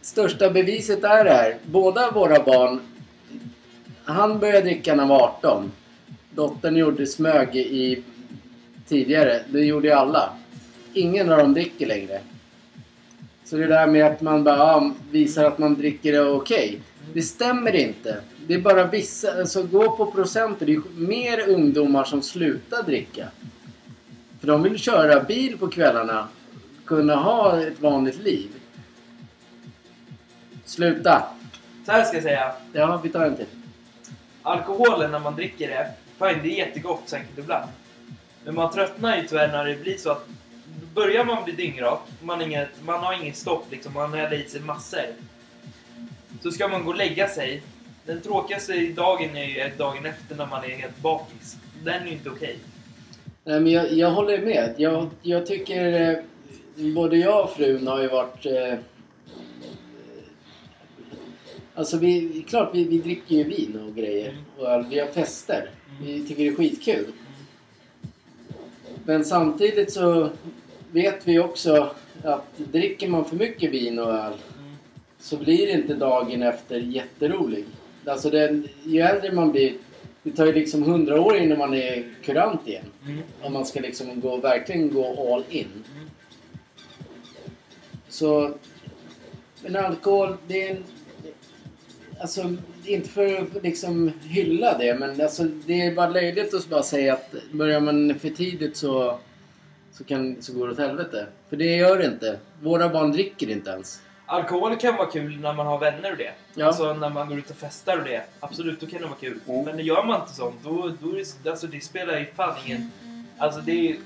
Största beviset är det här. Båda våra barn. Han började dricka när han var 18. Dottern gjorde smög i tidigare. Det gjorde ju alla. Ingen av dem dricker längre. Så det där med att man bara ja, visar att man dricker är okej. Det stämmer inte. Det är bara vissa, alltså gå på procenter. Det är mer ungdomar som slutar dricka. För de vill köra bil på kvällarna. Kunna ha ett vanligt liv. Sluta!
Så här ska jag säga.
Ja, vi tar en till.
Alkoholen när man dricker det, fine det är jättegott säkert ibland. Men man tröttnar ju tyvärr när det blir så att börjar man bli dyngrak, man, har inget, man har ingen stopp liksom, man häller i sig massor. Så ska man gå och lägga sig. Den tråkigaste dagen är ju dagen efter när man är helt bakis. Den är ju inte okej.
Nej, men jag, jag håller med. Jag, jag tycker... Eh, både jag och frun har ju varit... Eh, eh, alltså, vi, det är klart vi, vi dricker ju vin och grejer.
Mm.
Och öl. vi har fester.
Mm.
Vi tycker det är skitkul. Men samtidigt så vet vi också att dricker man för mycket vin och öl
Mm.
så så blir inte dagen efter jätterolig. Alltså den, ju äldre man blir, det tar ju liksom hundra år innan man är kurant igen.
Mm.
Om man ska liksom gå, verkligen gå all in. Så... Men alkohol, det är en... Alltså, inte för att liksom hylla det, men alltså, det är bara löjligt att bara säga att börjar man för tidigt så, så, kan, så går det åt helvete. För det gör det inte. Våra barn dricker inte ens.
Alkohol kan vara kul när man har vänner och det.
Ja.
Alltså när man går ut och festar och det. Absolut, då kan det vara kul.
Mm.
Men gör man inte sånt, då, då är det, alltså, det spelar ju fan ingen... Alltså det är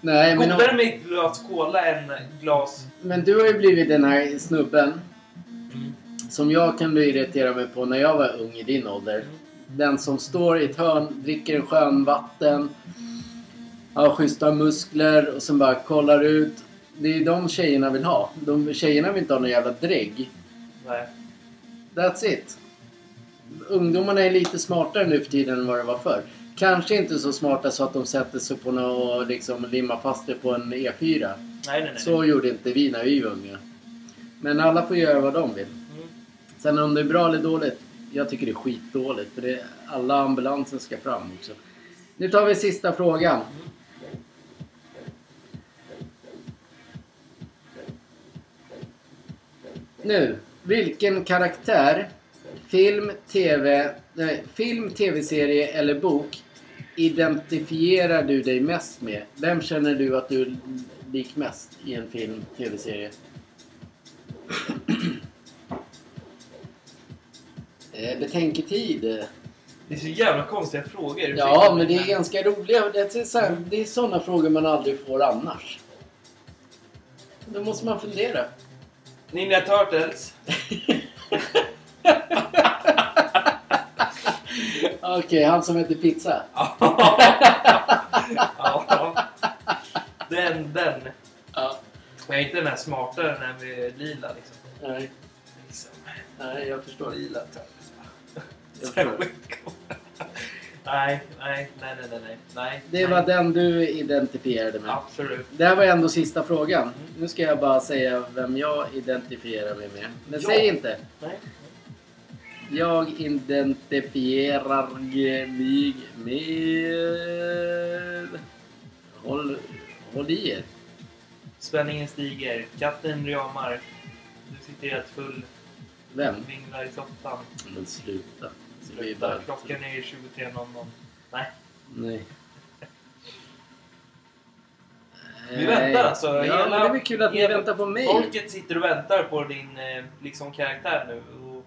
Nej, men,
godare med ett glas cola än ett glas...
men du har ju blivit den här snubben
Mm.
som jag kan bli irriterad mig på när jag var ung i din ålder. Den som står i ett hörn, dricker en skön vatten, har schyssta muskler och sen bara kollar ut. Det är de tjejerna vill ha. De tjejerna vill inte ha någon jävla drägg.
Nej.
That's it. Ungdomarna är lite smartare nu för tiden än vad det var förr. Kanske inte så smarta så att de sätter sig på något och liksom limmar fast det på en E E4.
Nej, nej, nej.
Så gjorde inte vi när vi var unga. Men alla får göra vad de vill.
Mm.
Sen om det är bra eller dåligt? Jag tycker det är skitdåligt för det, alla ambulanser ska fram också. Nu tar vi sista frågan. Nu, vilken karaktär, film, tv, nej, film, tv-serie eller bok identifierar du dig mest med? Vem känner du att du är lik mest i en film, tv-serie? Eh, betänketid. eh.
Det är så jävla konstiga frågor.
Ja, men det är ganska roliga. Det är, så här, det är sådana frågor man aldrig får annars. Då måste man fundera.
Ninja Turtles.
Okej, han som heter Pizza.
ja. Den, den.
Ja.
Jag är inte den här smartare än den här med lila liksom.
Nej,
liksom.
nej, jag förstår.
Lila Turtles. va?
Jag
Så här
förstår.
skitcool. Nej, nej, nej, nej, nej, nej, nej.
Det var
nej.
den du identifierade med.
Absolut.
Det här var ändå sista frågan. Nu ska jag bara säga vem jag identifierar mig med. Men
Ja.
säg inte.
Nej.
Jag identifierar mig med... Håll, håll i er.
Spänningen stiger. Katten ramar. Du sitter helt full.
Vem?
Vinglar i soffan.
Men sluta. Det blir bara...
Slutar. Klockan Mm. är 23.00. Nej.
Nej.
Vi väntar alltså.
Ja,
Hela-
men det är väl kul att ni
hela-
väntar på mig.
Folket sitter och väntar på din eh, liksom, karaktär nu och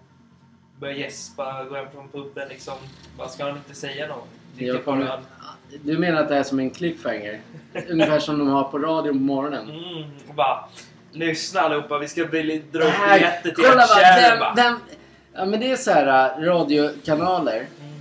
börjar gäspa, går hem från puben liksom. Vad ska han inte säga något? Dricker
Jag kommer-
bara öl.
Du menar att det är som en cliffhanger? Ungefär som de har på radion på morgonen.
Mm, och bara lyssna allihopa, vi ska bli, dra upp
Här,
biljetter till
kolla
ett
vad
kärn
vem,
bara.
vem... Ja men det är så här äh, radiokanaler.
Mm,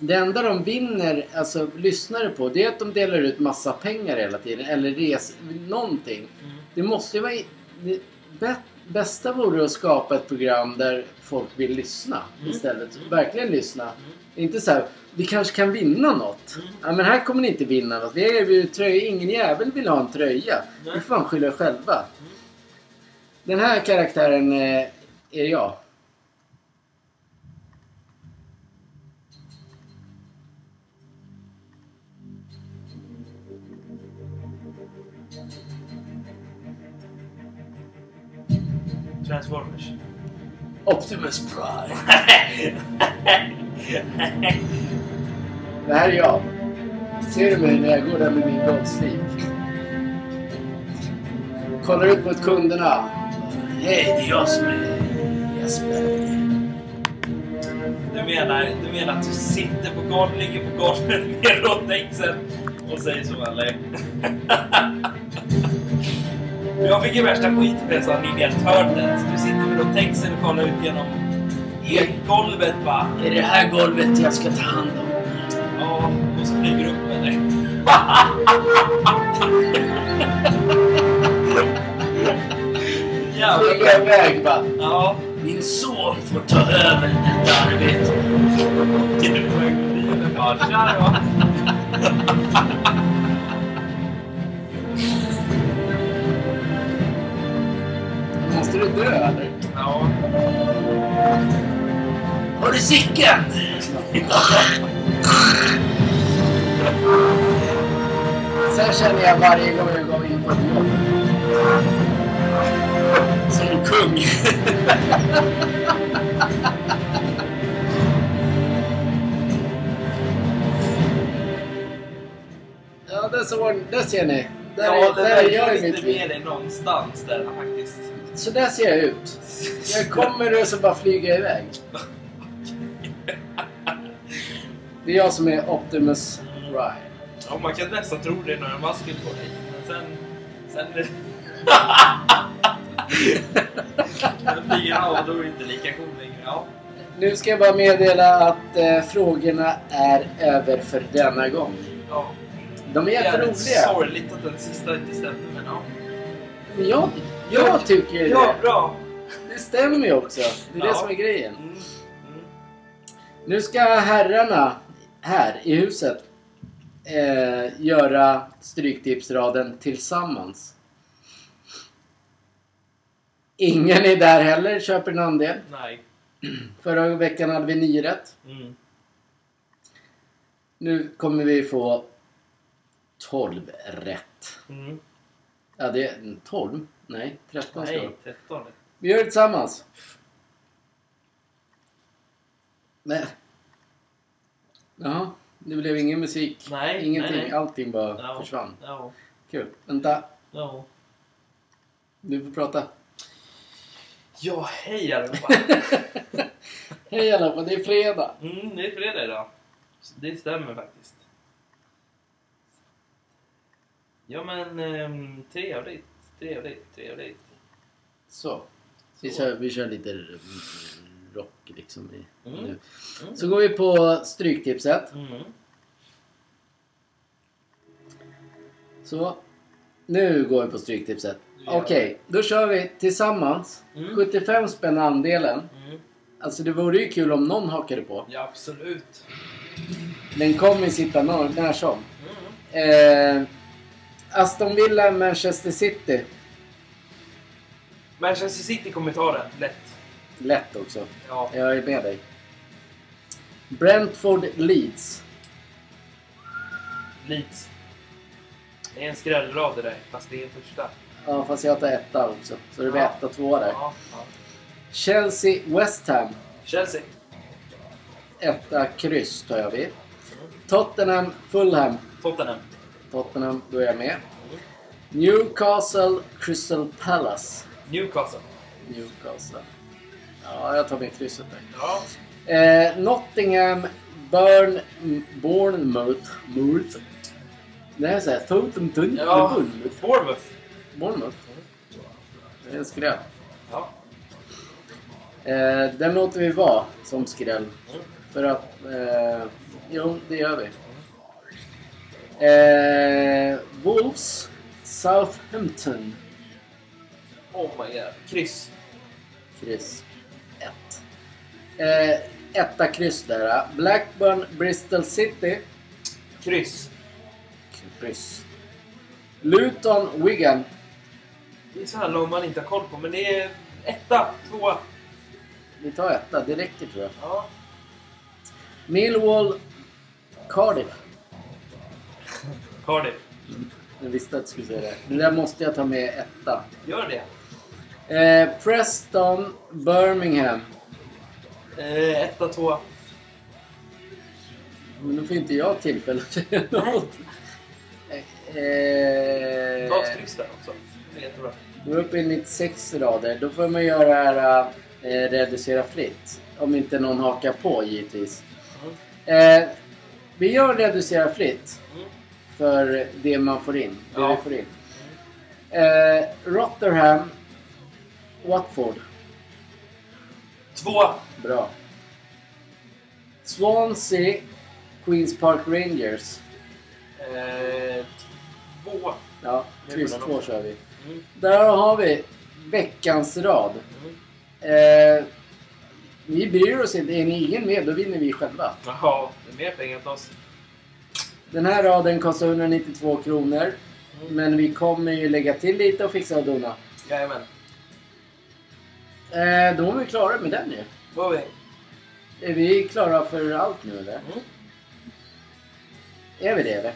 Det enda de vinner, alltså lyssnare på, det är att de delar ut massa pengar hela tiden. Eller res... någonting.
mm.
Det måste ju vara... i- Det bä- bästa vore att skapa ett program där folk vill lyssna
Mm.
istället.
Mm.
Verkligen lyssna. Inte så här, vi kanske kan vinna något.
Mm.
Ja, men här kommer ni inte vinna något. Vi erbjuder tröja. Ingen jävel vill ha en tröja.
Nej.
Vi får fan skylla er själva. Den här karaktären eh, är jag.
Transformers.
Optimus Prime. Det här är jag. Ser du mig när jag går där med min goldsleeve? Kollar ut mot kunderna. Hej, det är jag som är Jesper.
Du menar, du menar att du sitter på golvet, ligger på golvet med råttexen och säger så eller? Jag fick ju värsta skiten för jag sa Ninja Turtles. Du sitter med råttexen och kollar ut genom golvet bara.
Är det här golvet jag ska ta hand om?
Ja, och så flyger du upp eller? Jävla
Flyga iväg va?
Ja.
Min son får ta över detta arbete.
Till du på väg förbi eller? Ja, kör då.
Måste du dö eller?
Ja.
Har du cykeln? Sen känner jag varje gång jag går in på ett jobb. Som en kung. ja, där, såg, där ser ni. Där,
Ja,
är,
det
där är
där gör
jag i
ju
mitt
inte
liv.
med dig någonstans där faktiskt.
Så där ser jag ut. Jag kommer och så bara flyger jag iväg. Det är jag som är Optimus Prime.
Ja, man kan nästan tro det när man skulle på dig. Men sen... Sen... Sen flyger han och då är det inte lika cool längre. Ja.
Nu ska jag bara meddela att eh, frågorna är över för denna gång.
ja.
De är
Jävligt
jätteroliga.
sorgligt att den sista inte stämde, men ja.
Men jag, jag tycker ju
Ja,
det.
bra!
Det stämmer ju också. Det är det
Ja.
som är grejen.
Mm. Mm.
Nu ska herrarna här i huset eh, göra Stryktipsraden tillsammans. Ingen är där heller, köper en andel.
Nej.
Förra veckan hade vi nio rätt.
Mm.
Nu kommer vi få 12 rätt.
Mm.
Ja, det är 12? Nej, 13 ska det
Nej,
vara.
13.
Vi gör det tillsammans. Nej. Jaha, det blev ingen musik.
Nej,
Ingenting.
nej, nej.
Allting bara
Ja.
försvann.
Ja.
Kul. Vänta,
Ja.
du får prata.
Ja, hej allihopa!
Hej allihopa, det är fredag.
Mm, det är fredag idag. Så Det stämmer faktiskt. Ja men ehm, trevligt, trevligt, trevligt.
Så. Vi
Så.
kör, vi kör lite mm, rock liksom i,
Mm.
nu.
Mm.
Så går vi på Stryktipset.
Mm.
Så. Nu går vi på Stryktipset.
Ja.
Okej, då kör vi tillsammans.
Mm.
75 spänn andelen.
Mm.
Alltså det vore ju kul om någon hakade på.
Ja absolut.
Den kommer ju sitta när, när som.
Mm.
Eh, Aston Villa, Manchester City.
Manchester City kommer ta den, lätt.
Lätt också.
Ja.
Jag är med dig. Brentford, Leeds.
Leeds. Det är en skrällrad det där, fast det är en första.
Ja, fast jag tar etta också. Så det blir
Ja.
etta, tvåa där.
Ja, ja.
Chelsea, West Ham.
Chelsea.
Etta, kryss tar jag vid.
Mm.
Tottenham, Fulham.
Tottenham.
Tottenham, då är jag med. Newcastle, Crystal Palace.
Newcastle.
Newcastle. Ja, jag tar med krysset där.
Ja.
Eh, Nottingham, Burn, Bournemouth. Mouth. Det här är såhär... Totem Tun...
Ja.
Bournemouth.
Bournemouth.
Bournemouth. Det är en skräll.
Ja.
Eh, den låter vi vara som skräll.
Mm.
För att... Eh, jo, det gör vi. Eh, Wolves, Southampton.
Oh my god. Kryss.
Kryss 1. Eh, etta kryss där. Blackburn, Bristol City.
Kryss.
Kryss. Luton, Wigan.
Det är så här lag man inte har koll på, men det är etta, tvåa.
Vi tar etta, det räcker tror jag.
Ja.
Millwall, Cardiff.
Cardiff.
Jag visste att du skulle säga det. Det där måste jag ta med etta.
Gör det.
Eh, Preston, Birmingham.
Eh, etta, tvåa.
Men då får inte jag tillfälle att säga
Nej.
något. Eh,
Ta ett kryss där också. Det är jättebra.
Då är vi uppe i 96 rader. Då får man göra det här eh, reducera fritt. Om inte någon hakar på givetvis.
Mm.
Eh, vi gör reducera fritt
Mm.
för det man får in. Det
Ja.
vi får in. Eh, Rotherham, Watford.
Tvåa.
Bra. Swansea, Queens Park Rangers.
Eh, tvåa.
Ja,
Det är
kryss
bra.
två kör vi.
Mm.
Där har vi veckans rad.
Mm.
Eh, vi bryr oss inte. Är ni ingen med, då vinner vi själva.
Jaha, det är mer pengar till oss.
Den här raden kostar 192 kronor.
Mm.
Men vi kommer ju lägga till lite och fixa och dona.
Jajamän.
Eh, då är vi klara med den ju.
Då har vi.
Är vi klara för allt nu eller?
Mm.
Är vi det eller?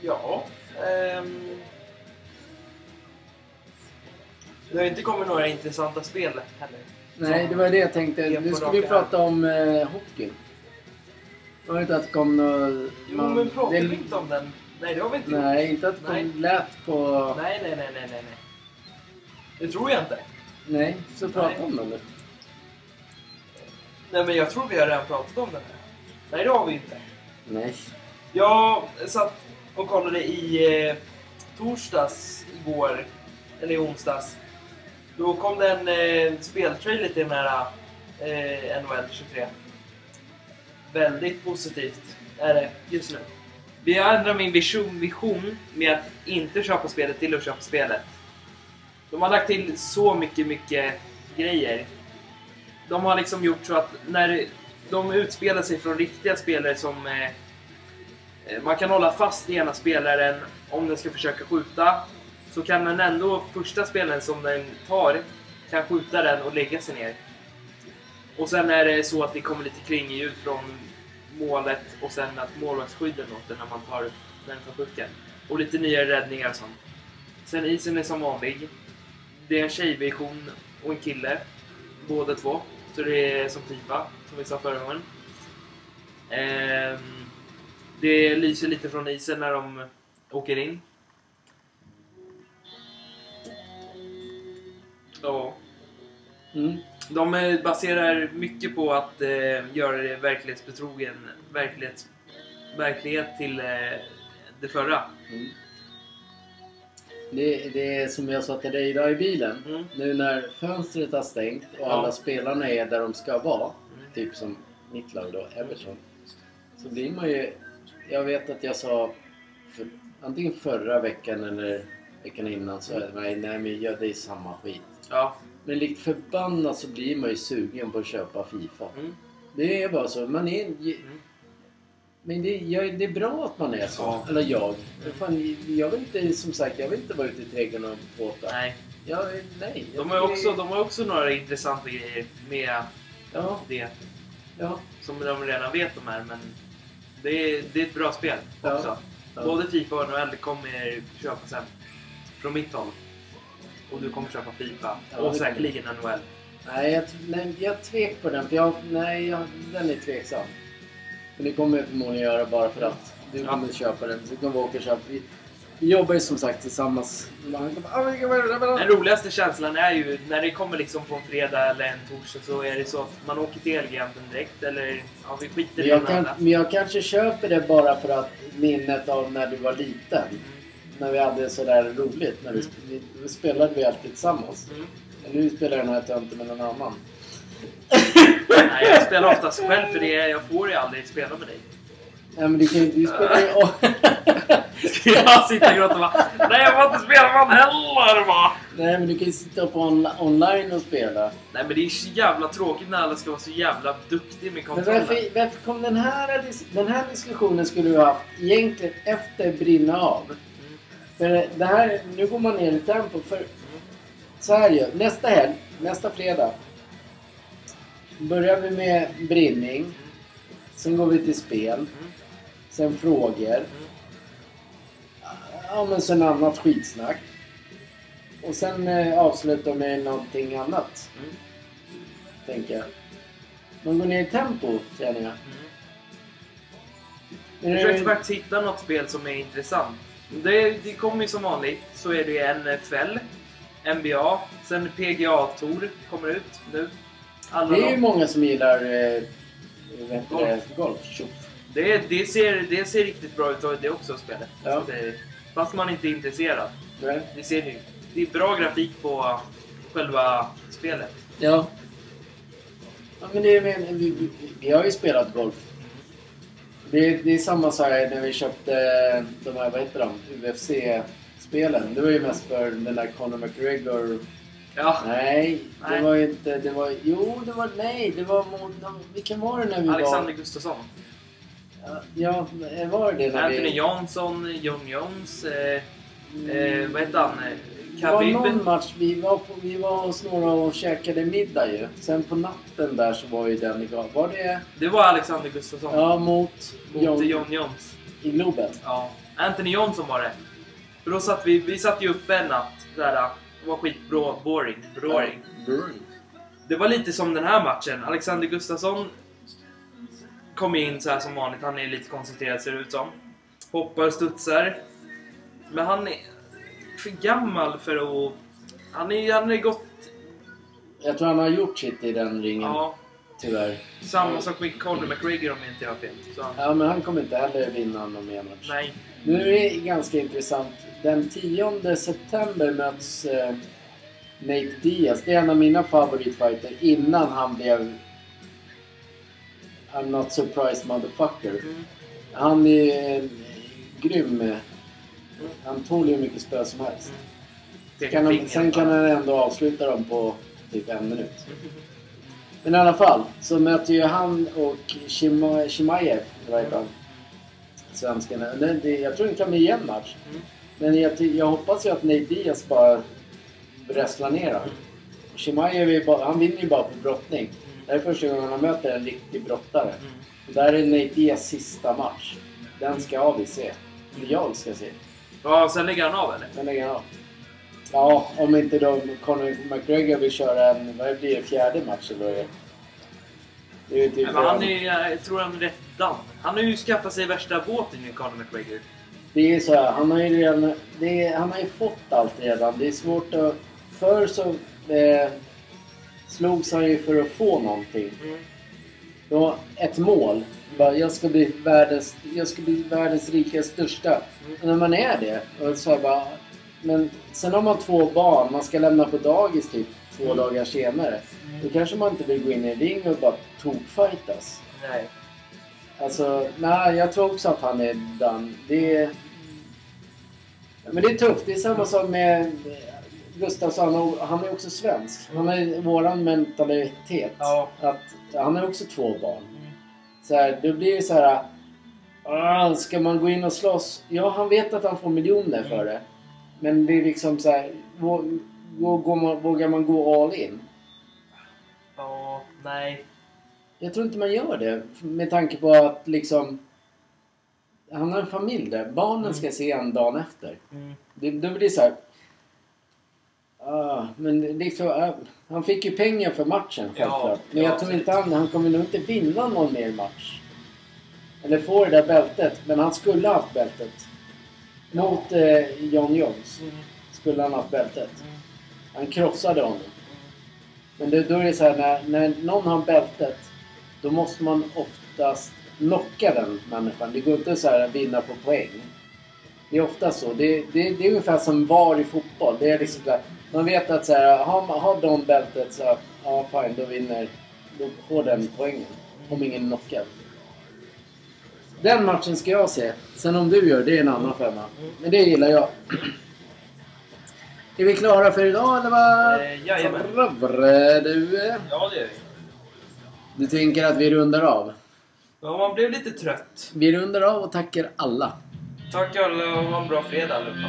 Ja. ehm. Det har ju inte kommit några intressanta spel heller.
Nej, det var det jag tänkte. Nu ska vi prata om eh, hockey. Var det inte att det kom nå...
Jo,
man-
men pratar
det-
vi inte om den? Nej, det har vi inte gjort.
Nej, inte att det
Nej.
kom lät på...
Nej, nej, nej, nej, nej, nej. Det tror jag inte.
Nej, så prata
Nej.
om den nu.
Nej, men jag tror vi har redan pratat om den här. Nej, det har vi inte.
Nej.
Jag satt och kollade i eh, torsdags igår, eller i onsdags. Då kom det en eh, speltrailer till den här eh, NHL 23. Väldigt positivt är det just nu.
Vi ändrar min vision, vision med att inte köpa spelet till att köpa spelet. De har lagt till så mycket, mycket grejer. De har liksom gjort så att när de utspelar sig från riktiga spelare som... Eh, eh, man kan hålla fast i ena spelaren om den ska försöka skjuta. Så kan den ändå, första spelaren som den tar, kan skjuta den och lägga sig ner. Och sen är det så att det kommer lite kringljud från målet och sen att målvaktsskydden låter när man tar, när den tar pucken. Och lite nya räddningar och sånt. Sen isen är som vanlig. Det är en tjejversion och en kille. Båda två. Så det är som Fifa, som vi sa förra gången. Ehm, det lyser lite från isen när de åker in. Ja.
Mm.
De eh, baserar mycket på att eh, göra det verklighetsbetrogen, verklighets, verklighet till eh, det förra.
Mm. Det, det är som jag sa till dig idag i bilen.
Mm.
Nu när fönstret har stängt och
Ja.
alla spelarna är där de ska vara.
Mm.
Typ som mitt lag då, Everton. Så blir man ju... Jag vet att jag sa för, antingen förra veckan eller veckan innan så mm. nej, nej men gör det är samma skit.
Ja.
Men likt förbannat så blir man ju sugen på att köpa Fifa.
Mm.
Det är bara så. Man är, men det, jag, det är bra att man är så.
Ja.
Eller jag. För Fan, jag vill inte, som sagt, jag vill inte vara ute i trädgården och båta.
Nej.
Jag, nej. jag
De har,
tycker-
också, de har också några intressanta grejer med
Ja,
det
ja.
som de redan vet om här men det är, det är ett bra spel
Ja.
också.
Ja.
Både Fifa och NHL kommer köpa sen. Från mitt håll. Och du kommer köpa Fifa.
Ja,
och
det-
säkerligen NHL.
Nej, jag, nej, jag tvek på den. För jag, nej, jag, den är tveksam. Men det kommer jag förmodligen göra bara för att du
Ja.
kommer köpa den. Du kommer åka och köpa. Vi, vi jobbar ju som sagt tillsammans. Man kommer, "Ah, vi kan vara- vara-
Den roligaste känslan är ju när det kommer liksom på en fredag eller en torsdag så är det så att man åker till Elgiganten direkt eller ja, vi skiter
Men
i den
jag, kan,
andra.
men jag kanske köper det bara för att minnet av när du var liten. När vi hade sådär roligt. När vi, sp- vi, då spelade vi alltid tillsammans.
Mm.
Men nu spelar den här tönten med någon annan.
Mm. Nej, jag spelar oftast själv för det jag får ju aldrig spela med dig.
Nej men du kan ju du spelar ju... Åh.
Jag sitter och gråter och bara Nej jag får inte spela med han heller va!
Nej men du kan ju sitta på on- online och spela.
Nej men det är så jävla tråkigt när alla ska vara så jävla duktiga med
Men
kontrollen.
varför, varför kom den här, dis- den här diskussionen skulle du haft egentligen efter Brinna av?
Mm.
För det här, nu går man ner i tempo. För
Mm,
så här ju, nästa helg, nästa fredag. Börjar vi med brinning. Sen går vi till spel.
Mm.
Sen frågor. Ja men sen annat skitsnack. Och sen eh, avslutar med någonting annat,
Mm.
tänker jag. Man går ner i tempo, känner jag.
Mm.
Men
Jag
det-
försökte faktiskt hitta något spel som är intressant. Det, det kommer ju som vanligt så är det eh, NFL, NBA, sen pga tour kommer ut nu. Alla
Det är ju
de,
många som gillar eh, vad heter
Golf.
det? golf. Tjoff.
det, det, ser, det ser riktigt bra ut och det också spelet.
Ja.
Det- Fast man inte är intresserad.
Nej.
Det, ser ju, det är bra grafik på själva spelet.
Ja. ja men det är, men, vi, vi, vi har ju spelat golf. Det, är- det är samma sak när vi köpte de här, vad heter de, UFC-spelen. Det var ju mest för den där Conor McGregor.
Ja,
Nej, det
Nej.
var ju inte, det var, jo det var, nej, det var mot, vilken var det när vi
Alexander
var?
Gustafsson.
Ja, var det det när
Anthony
vi...
Jansson, John Jones. Eh, eh, vad heter han? Eh,
Det var
Khabib.
någon match, vi var, på, vi var hos några och käkade middag ju. Sen på natten där så var ju den igång. Var det...
Det var Alexander Gustafsson
Ja, mot
mot
John,
John Jones.
i Globen.
Ja, Anthony Johnson var det. För då satt vi, vi satt ju uppe en natt. Där, äh, det var skitboring. Boring. boring.
Brewing.
Det var lite som den här matchen. Alexander Gustafsson kom in så här som vanligt. Han är lite koncentrerad ser det ut som. Hoppar, studsar. Men han är för gammal för att... Han är, han är gott...
Jag tror han har gjort sitt i den ringen,
Ja,
tyvärr.
samma sak med Conor McGregor om jag inte har fel. Så han,
Ja, men han kommer inte heller vinna någon mer match.
nej.
Nu är det ganska intressant. Den 10 september möts eh, Nate Diaz. Det är en av mina favoritfighter innan han blev... I'm not surprised motherfucker.
Mm.
Han är eh, grym. eh, Han tål ju hur mycket spö som helst.
Det
Kan han,
fingret
sen kan
bara.
han ändå avsluta dem på typ en minut. Men i alla fall så möter ju han och Shima- Shimaev, eller vad heter han? Svenskarna. Det- det- Jag tror det kan bli jämn match.
Mm.
Men jag, ty- jag hoppas ju att Nate Diaz bara wrestlar ner honom. Shimaev är ju bara, han vinner ju bara på brottning. Det här är första gången han möter en riktig brottare.
Mm.
Och där är Nate Diaz sista match. Den ska vi se. Eller jag ska se.
Ja, sen lägger han av eller?
Den lägger han av. Ja, om inte då Conor McGregor vill köra en, vad blir det, fjärde match eller vad är det? Det är ju typ
Men han är, jag tror han är rätt damm. Han har ju skaffat sig värsta båten ju, Conor McGregor.
Det är så här, han har ju redan, det är, han har ju fått allt redan. Det är svårt att... Förr så eh, slogs han ju för att få någonting.
Mm.
Det var ett mål. Bara, jag, ska bli världens, jag ska bli världens rika största. Och när man är det, och så här bara, men sen har man två barn, man ska lämna på dagis typ två
Mm.
dagar senare. Då kanske man inte vill gå in i en ring och bara tokfightas.
Nej.
Alltså, nej, jag tror också att han är done. Det är... Ja, Men det är tufft. Det är samma som med Gustafsson. och Han är också svensk. Han har våran mentalitet.
Ja.
Att, han har också två barn. Så här, då blir det så här... "Ah, Ska man gå in och slåss? Ja, han vet att han får miljoner för det. Men det är liksom så här... vå- vå- går man- Vågar man gå all in?
Ja, nej.
Jag tror inte man gör det med tanke på att liksom... Han har en familj där. Barnen ska se en dagen efter.
Mm.
Det, då blir det så här... Ah, men liksom, ah, han fick ju pengar för matchen självklart. men jag
ja,
tror inte han, han kommer nog inte vinna någon mer match. Eller få det där bältet. Men han skulle ha haft bältet. Mot eh, John Jones
Mm.
skulle han ha haft bältet.
Mm.
Han krossade honom. Men det, då är det så här, när, när någon har bältet då måste man oftast knocka den människan. Det går inte så här att vinna på poäng. Det är ofta så. Det, det, det är ungefär som VAR i fotboll. Det är liksom så här, man vet att så här, har, man- har de bältet så ja, fine, då vinner då får den poängen. Om ingen knockar. Den matchen ska jag se. Sen om du gör det är en annan femma. Men det gillar jag. Är vi klara för idag eller vad?
Eh, jajamän.
Brr, du, eh.
Ja, det gör vi.
du tänker att vi rundar av?
Ja, man blev lite trött.
Vi rundar av och tackar alla.
Tack alla och ha en bra fredag allihopa.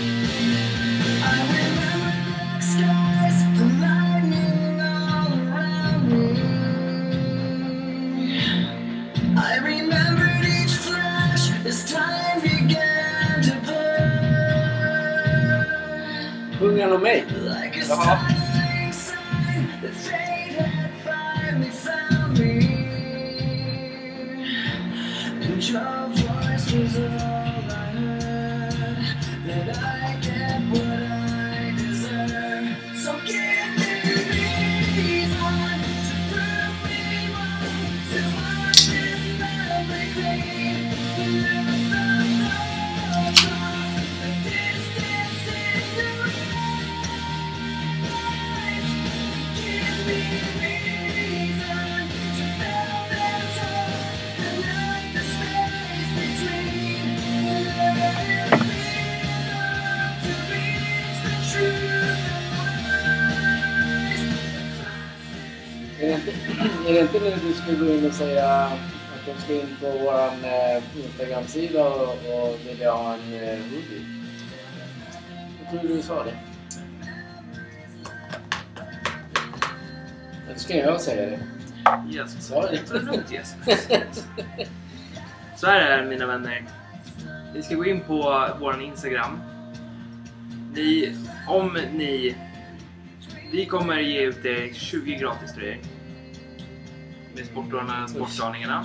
I remember black skies and lightning all around me. I remembered each flash as time began to burn.
Sjung han om mig?
Like a
Jaha.
startling sign that fate had finally found me. And your voice was all I heard. That I get what I deserve. So give me reason to prove me wrong. To want this lovely queen. Never felt no cross. The distance is the
är det inte när du skulle gå in och säga att de ska in på vår eh, Instagram-sida och, och vilja ha en eh, hoodie? Jag tror du sa det. Eller ska jag säga det?
Jesper.
Sa jag det?
Det är lugnt Jesper. Så här är det mina vänner. Ni ska gå in på vår Instagram. Ni, om ni... Vi kommer ge ut eh, 20 gratis tröjor. Med sportdårarna och sportvarningarna.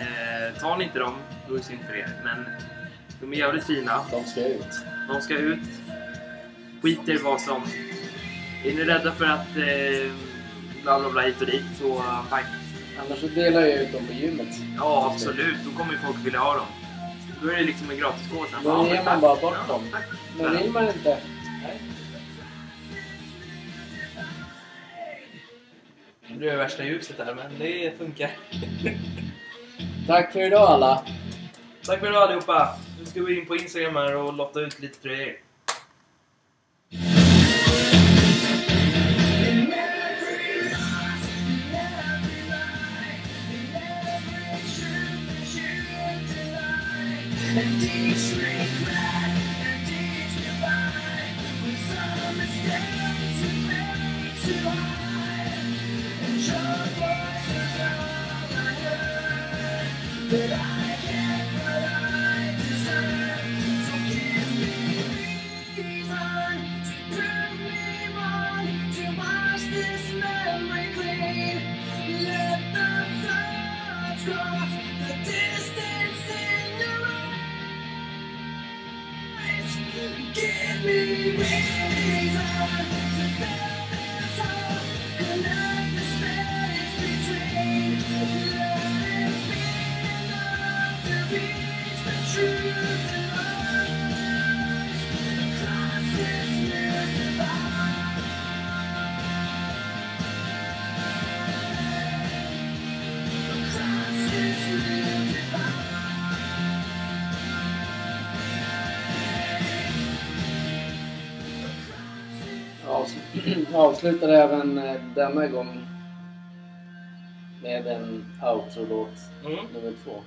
Eh, tar ni inte dem, då är det synd för er. Men de är jävligt fina.
De ska ut.
De ska ut. Skiter vad som. Är ni rädda för att eh, bla bla bla hit och dit så eh, tack.
Annars så delar jag ut dem på gymmet.
Ja absolut, då kommer ju folk vilja ha dem. Då är det liksom en gratisgåva. sen.
Då
Ja,
ger
men
man
tack.
bara bort
Ja,
dem.
tack.
Men vill man inte?
Det är värsta ljuset här, men det funkar.
Tack för idag alla!
Tack för idag allihopa. Nu ska vi in på Instagram här och lotta ut lite tröjor.
But I get what I deserve, so give me reason to prove me wrong, to wash this memory clean. Let the thoughts cross the distance in your eyes. Give me reason to fill this hole, connect the space between. Let it be enough to reach the truth and lies across this new divide. Across this new divide.
Avs- avslutar även eh, denna gång med en outro-låt
Mm.
nummer två.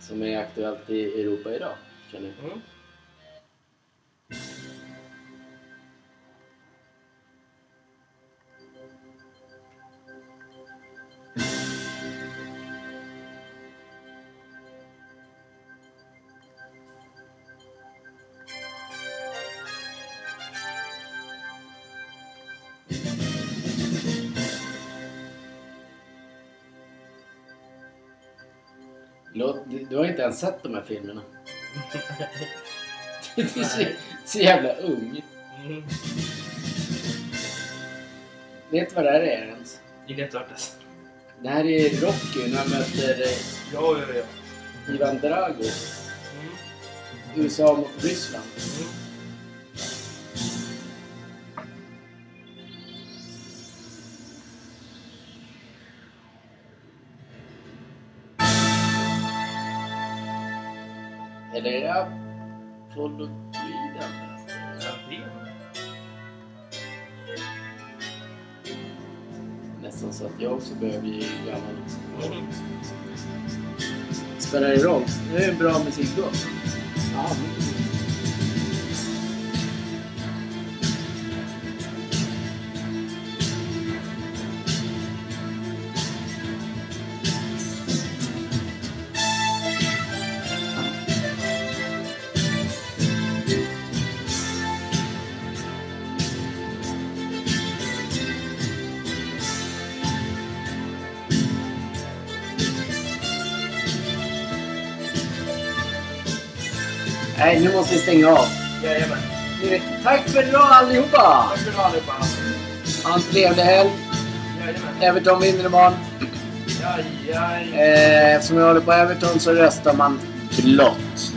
Som är aktuellt i Europa idag, känner jag.
Mm.
Låt, du, du har inte ens sett de här filmerna. du är så, så jävla ung.
Mm.
Vet du vad det här är ens?
Det är inte värt det.
Det här är Rocky när han möter eh,
Ja, ja, ja.
Ivan Drago.
Mm.
USA mot Ryssland. Eller är det Apollo 3 Nästan så att jag också börjar bli gammal.
Mm.
Spelar det roll? Det är en bra musiklåt. Ja, Nej, nu måste vi stänga av.
Jajamän.
Tack för idag allihopa!
Tack för idag allihopa.
Ha en trevlig helg.
Jajamän.
Everton vinner imorgon.
Jajamän.
Eh, eftersom jag håller på Everton så röstar man blått.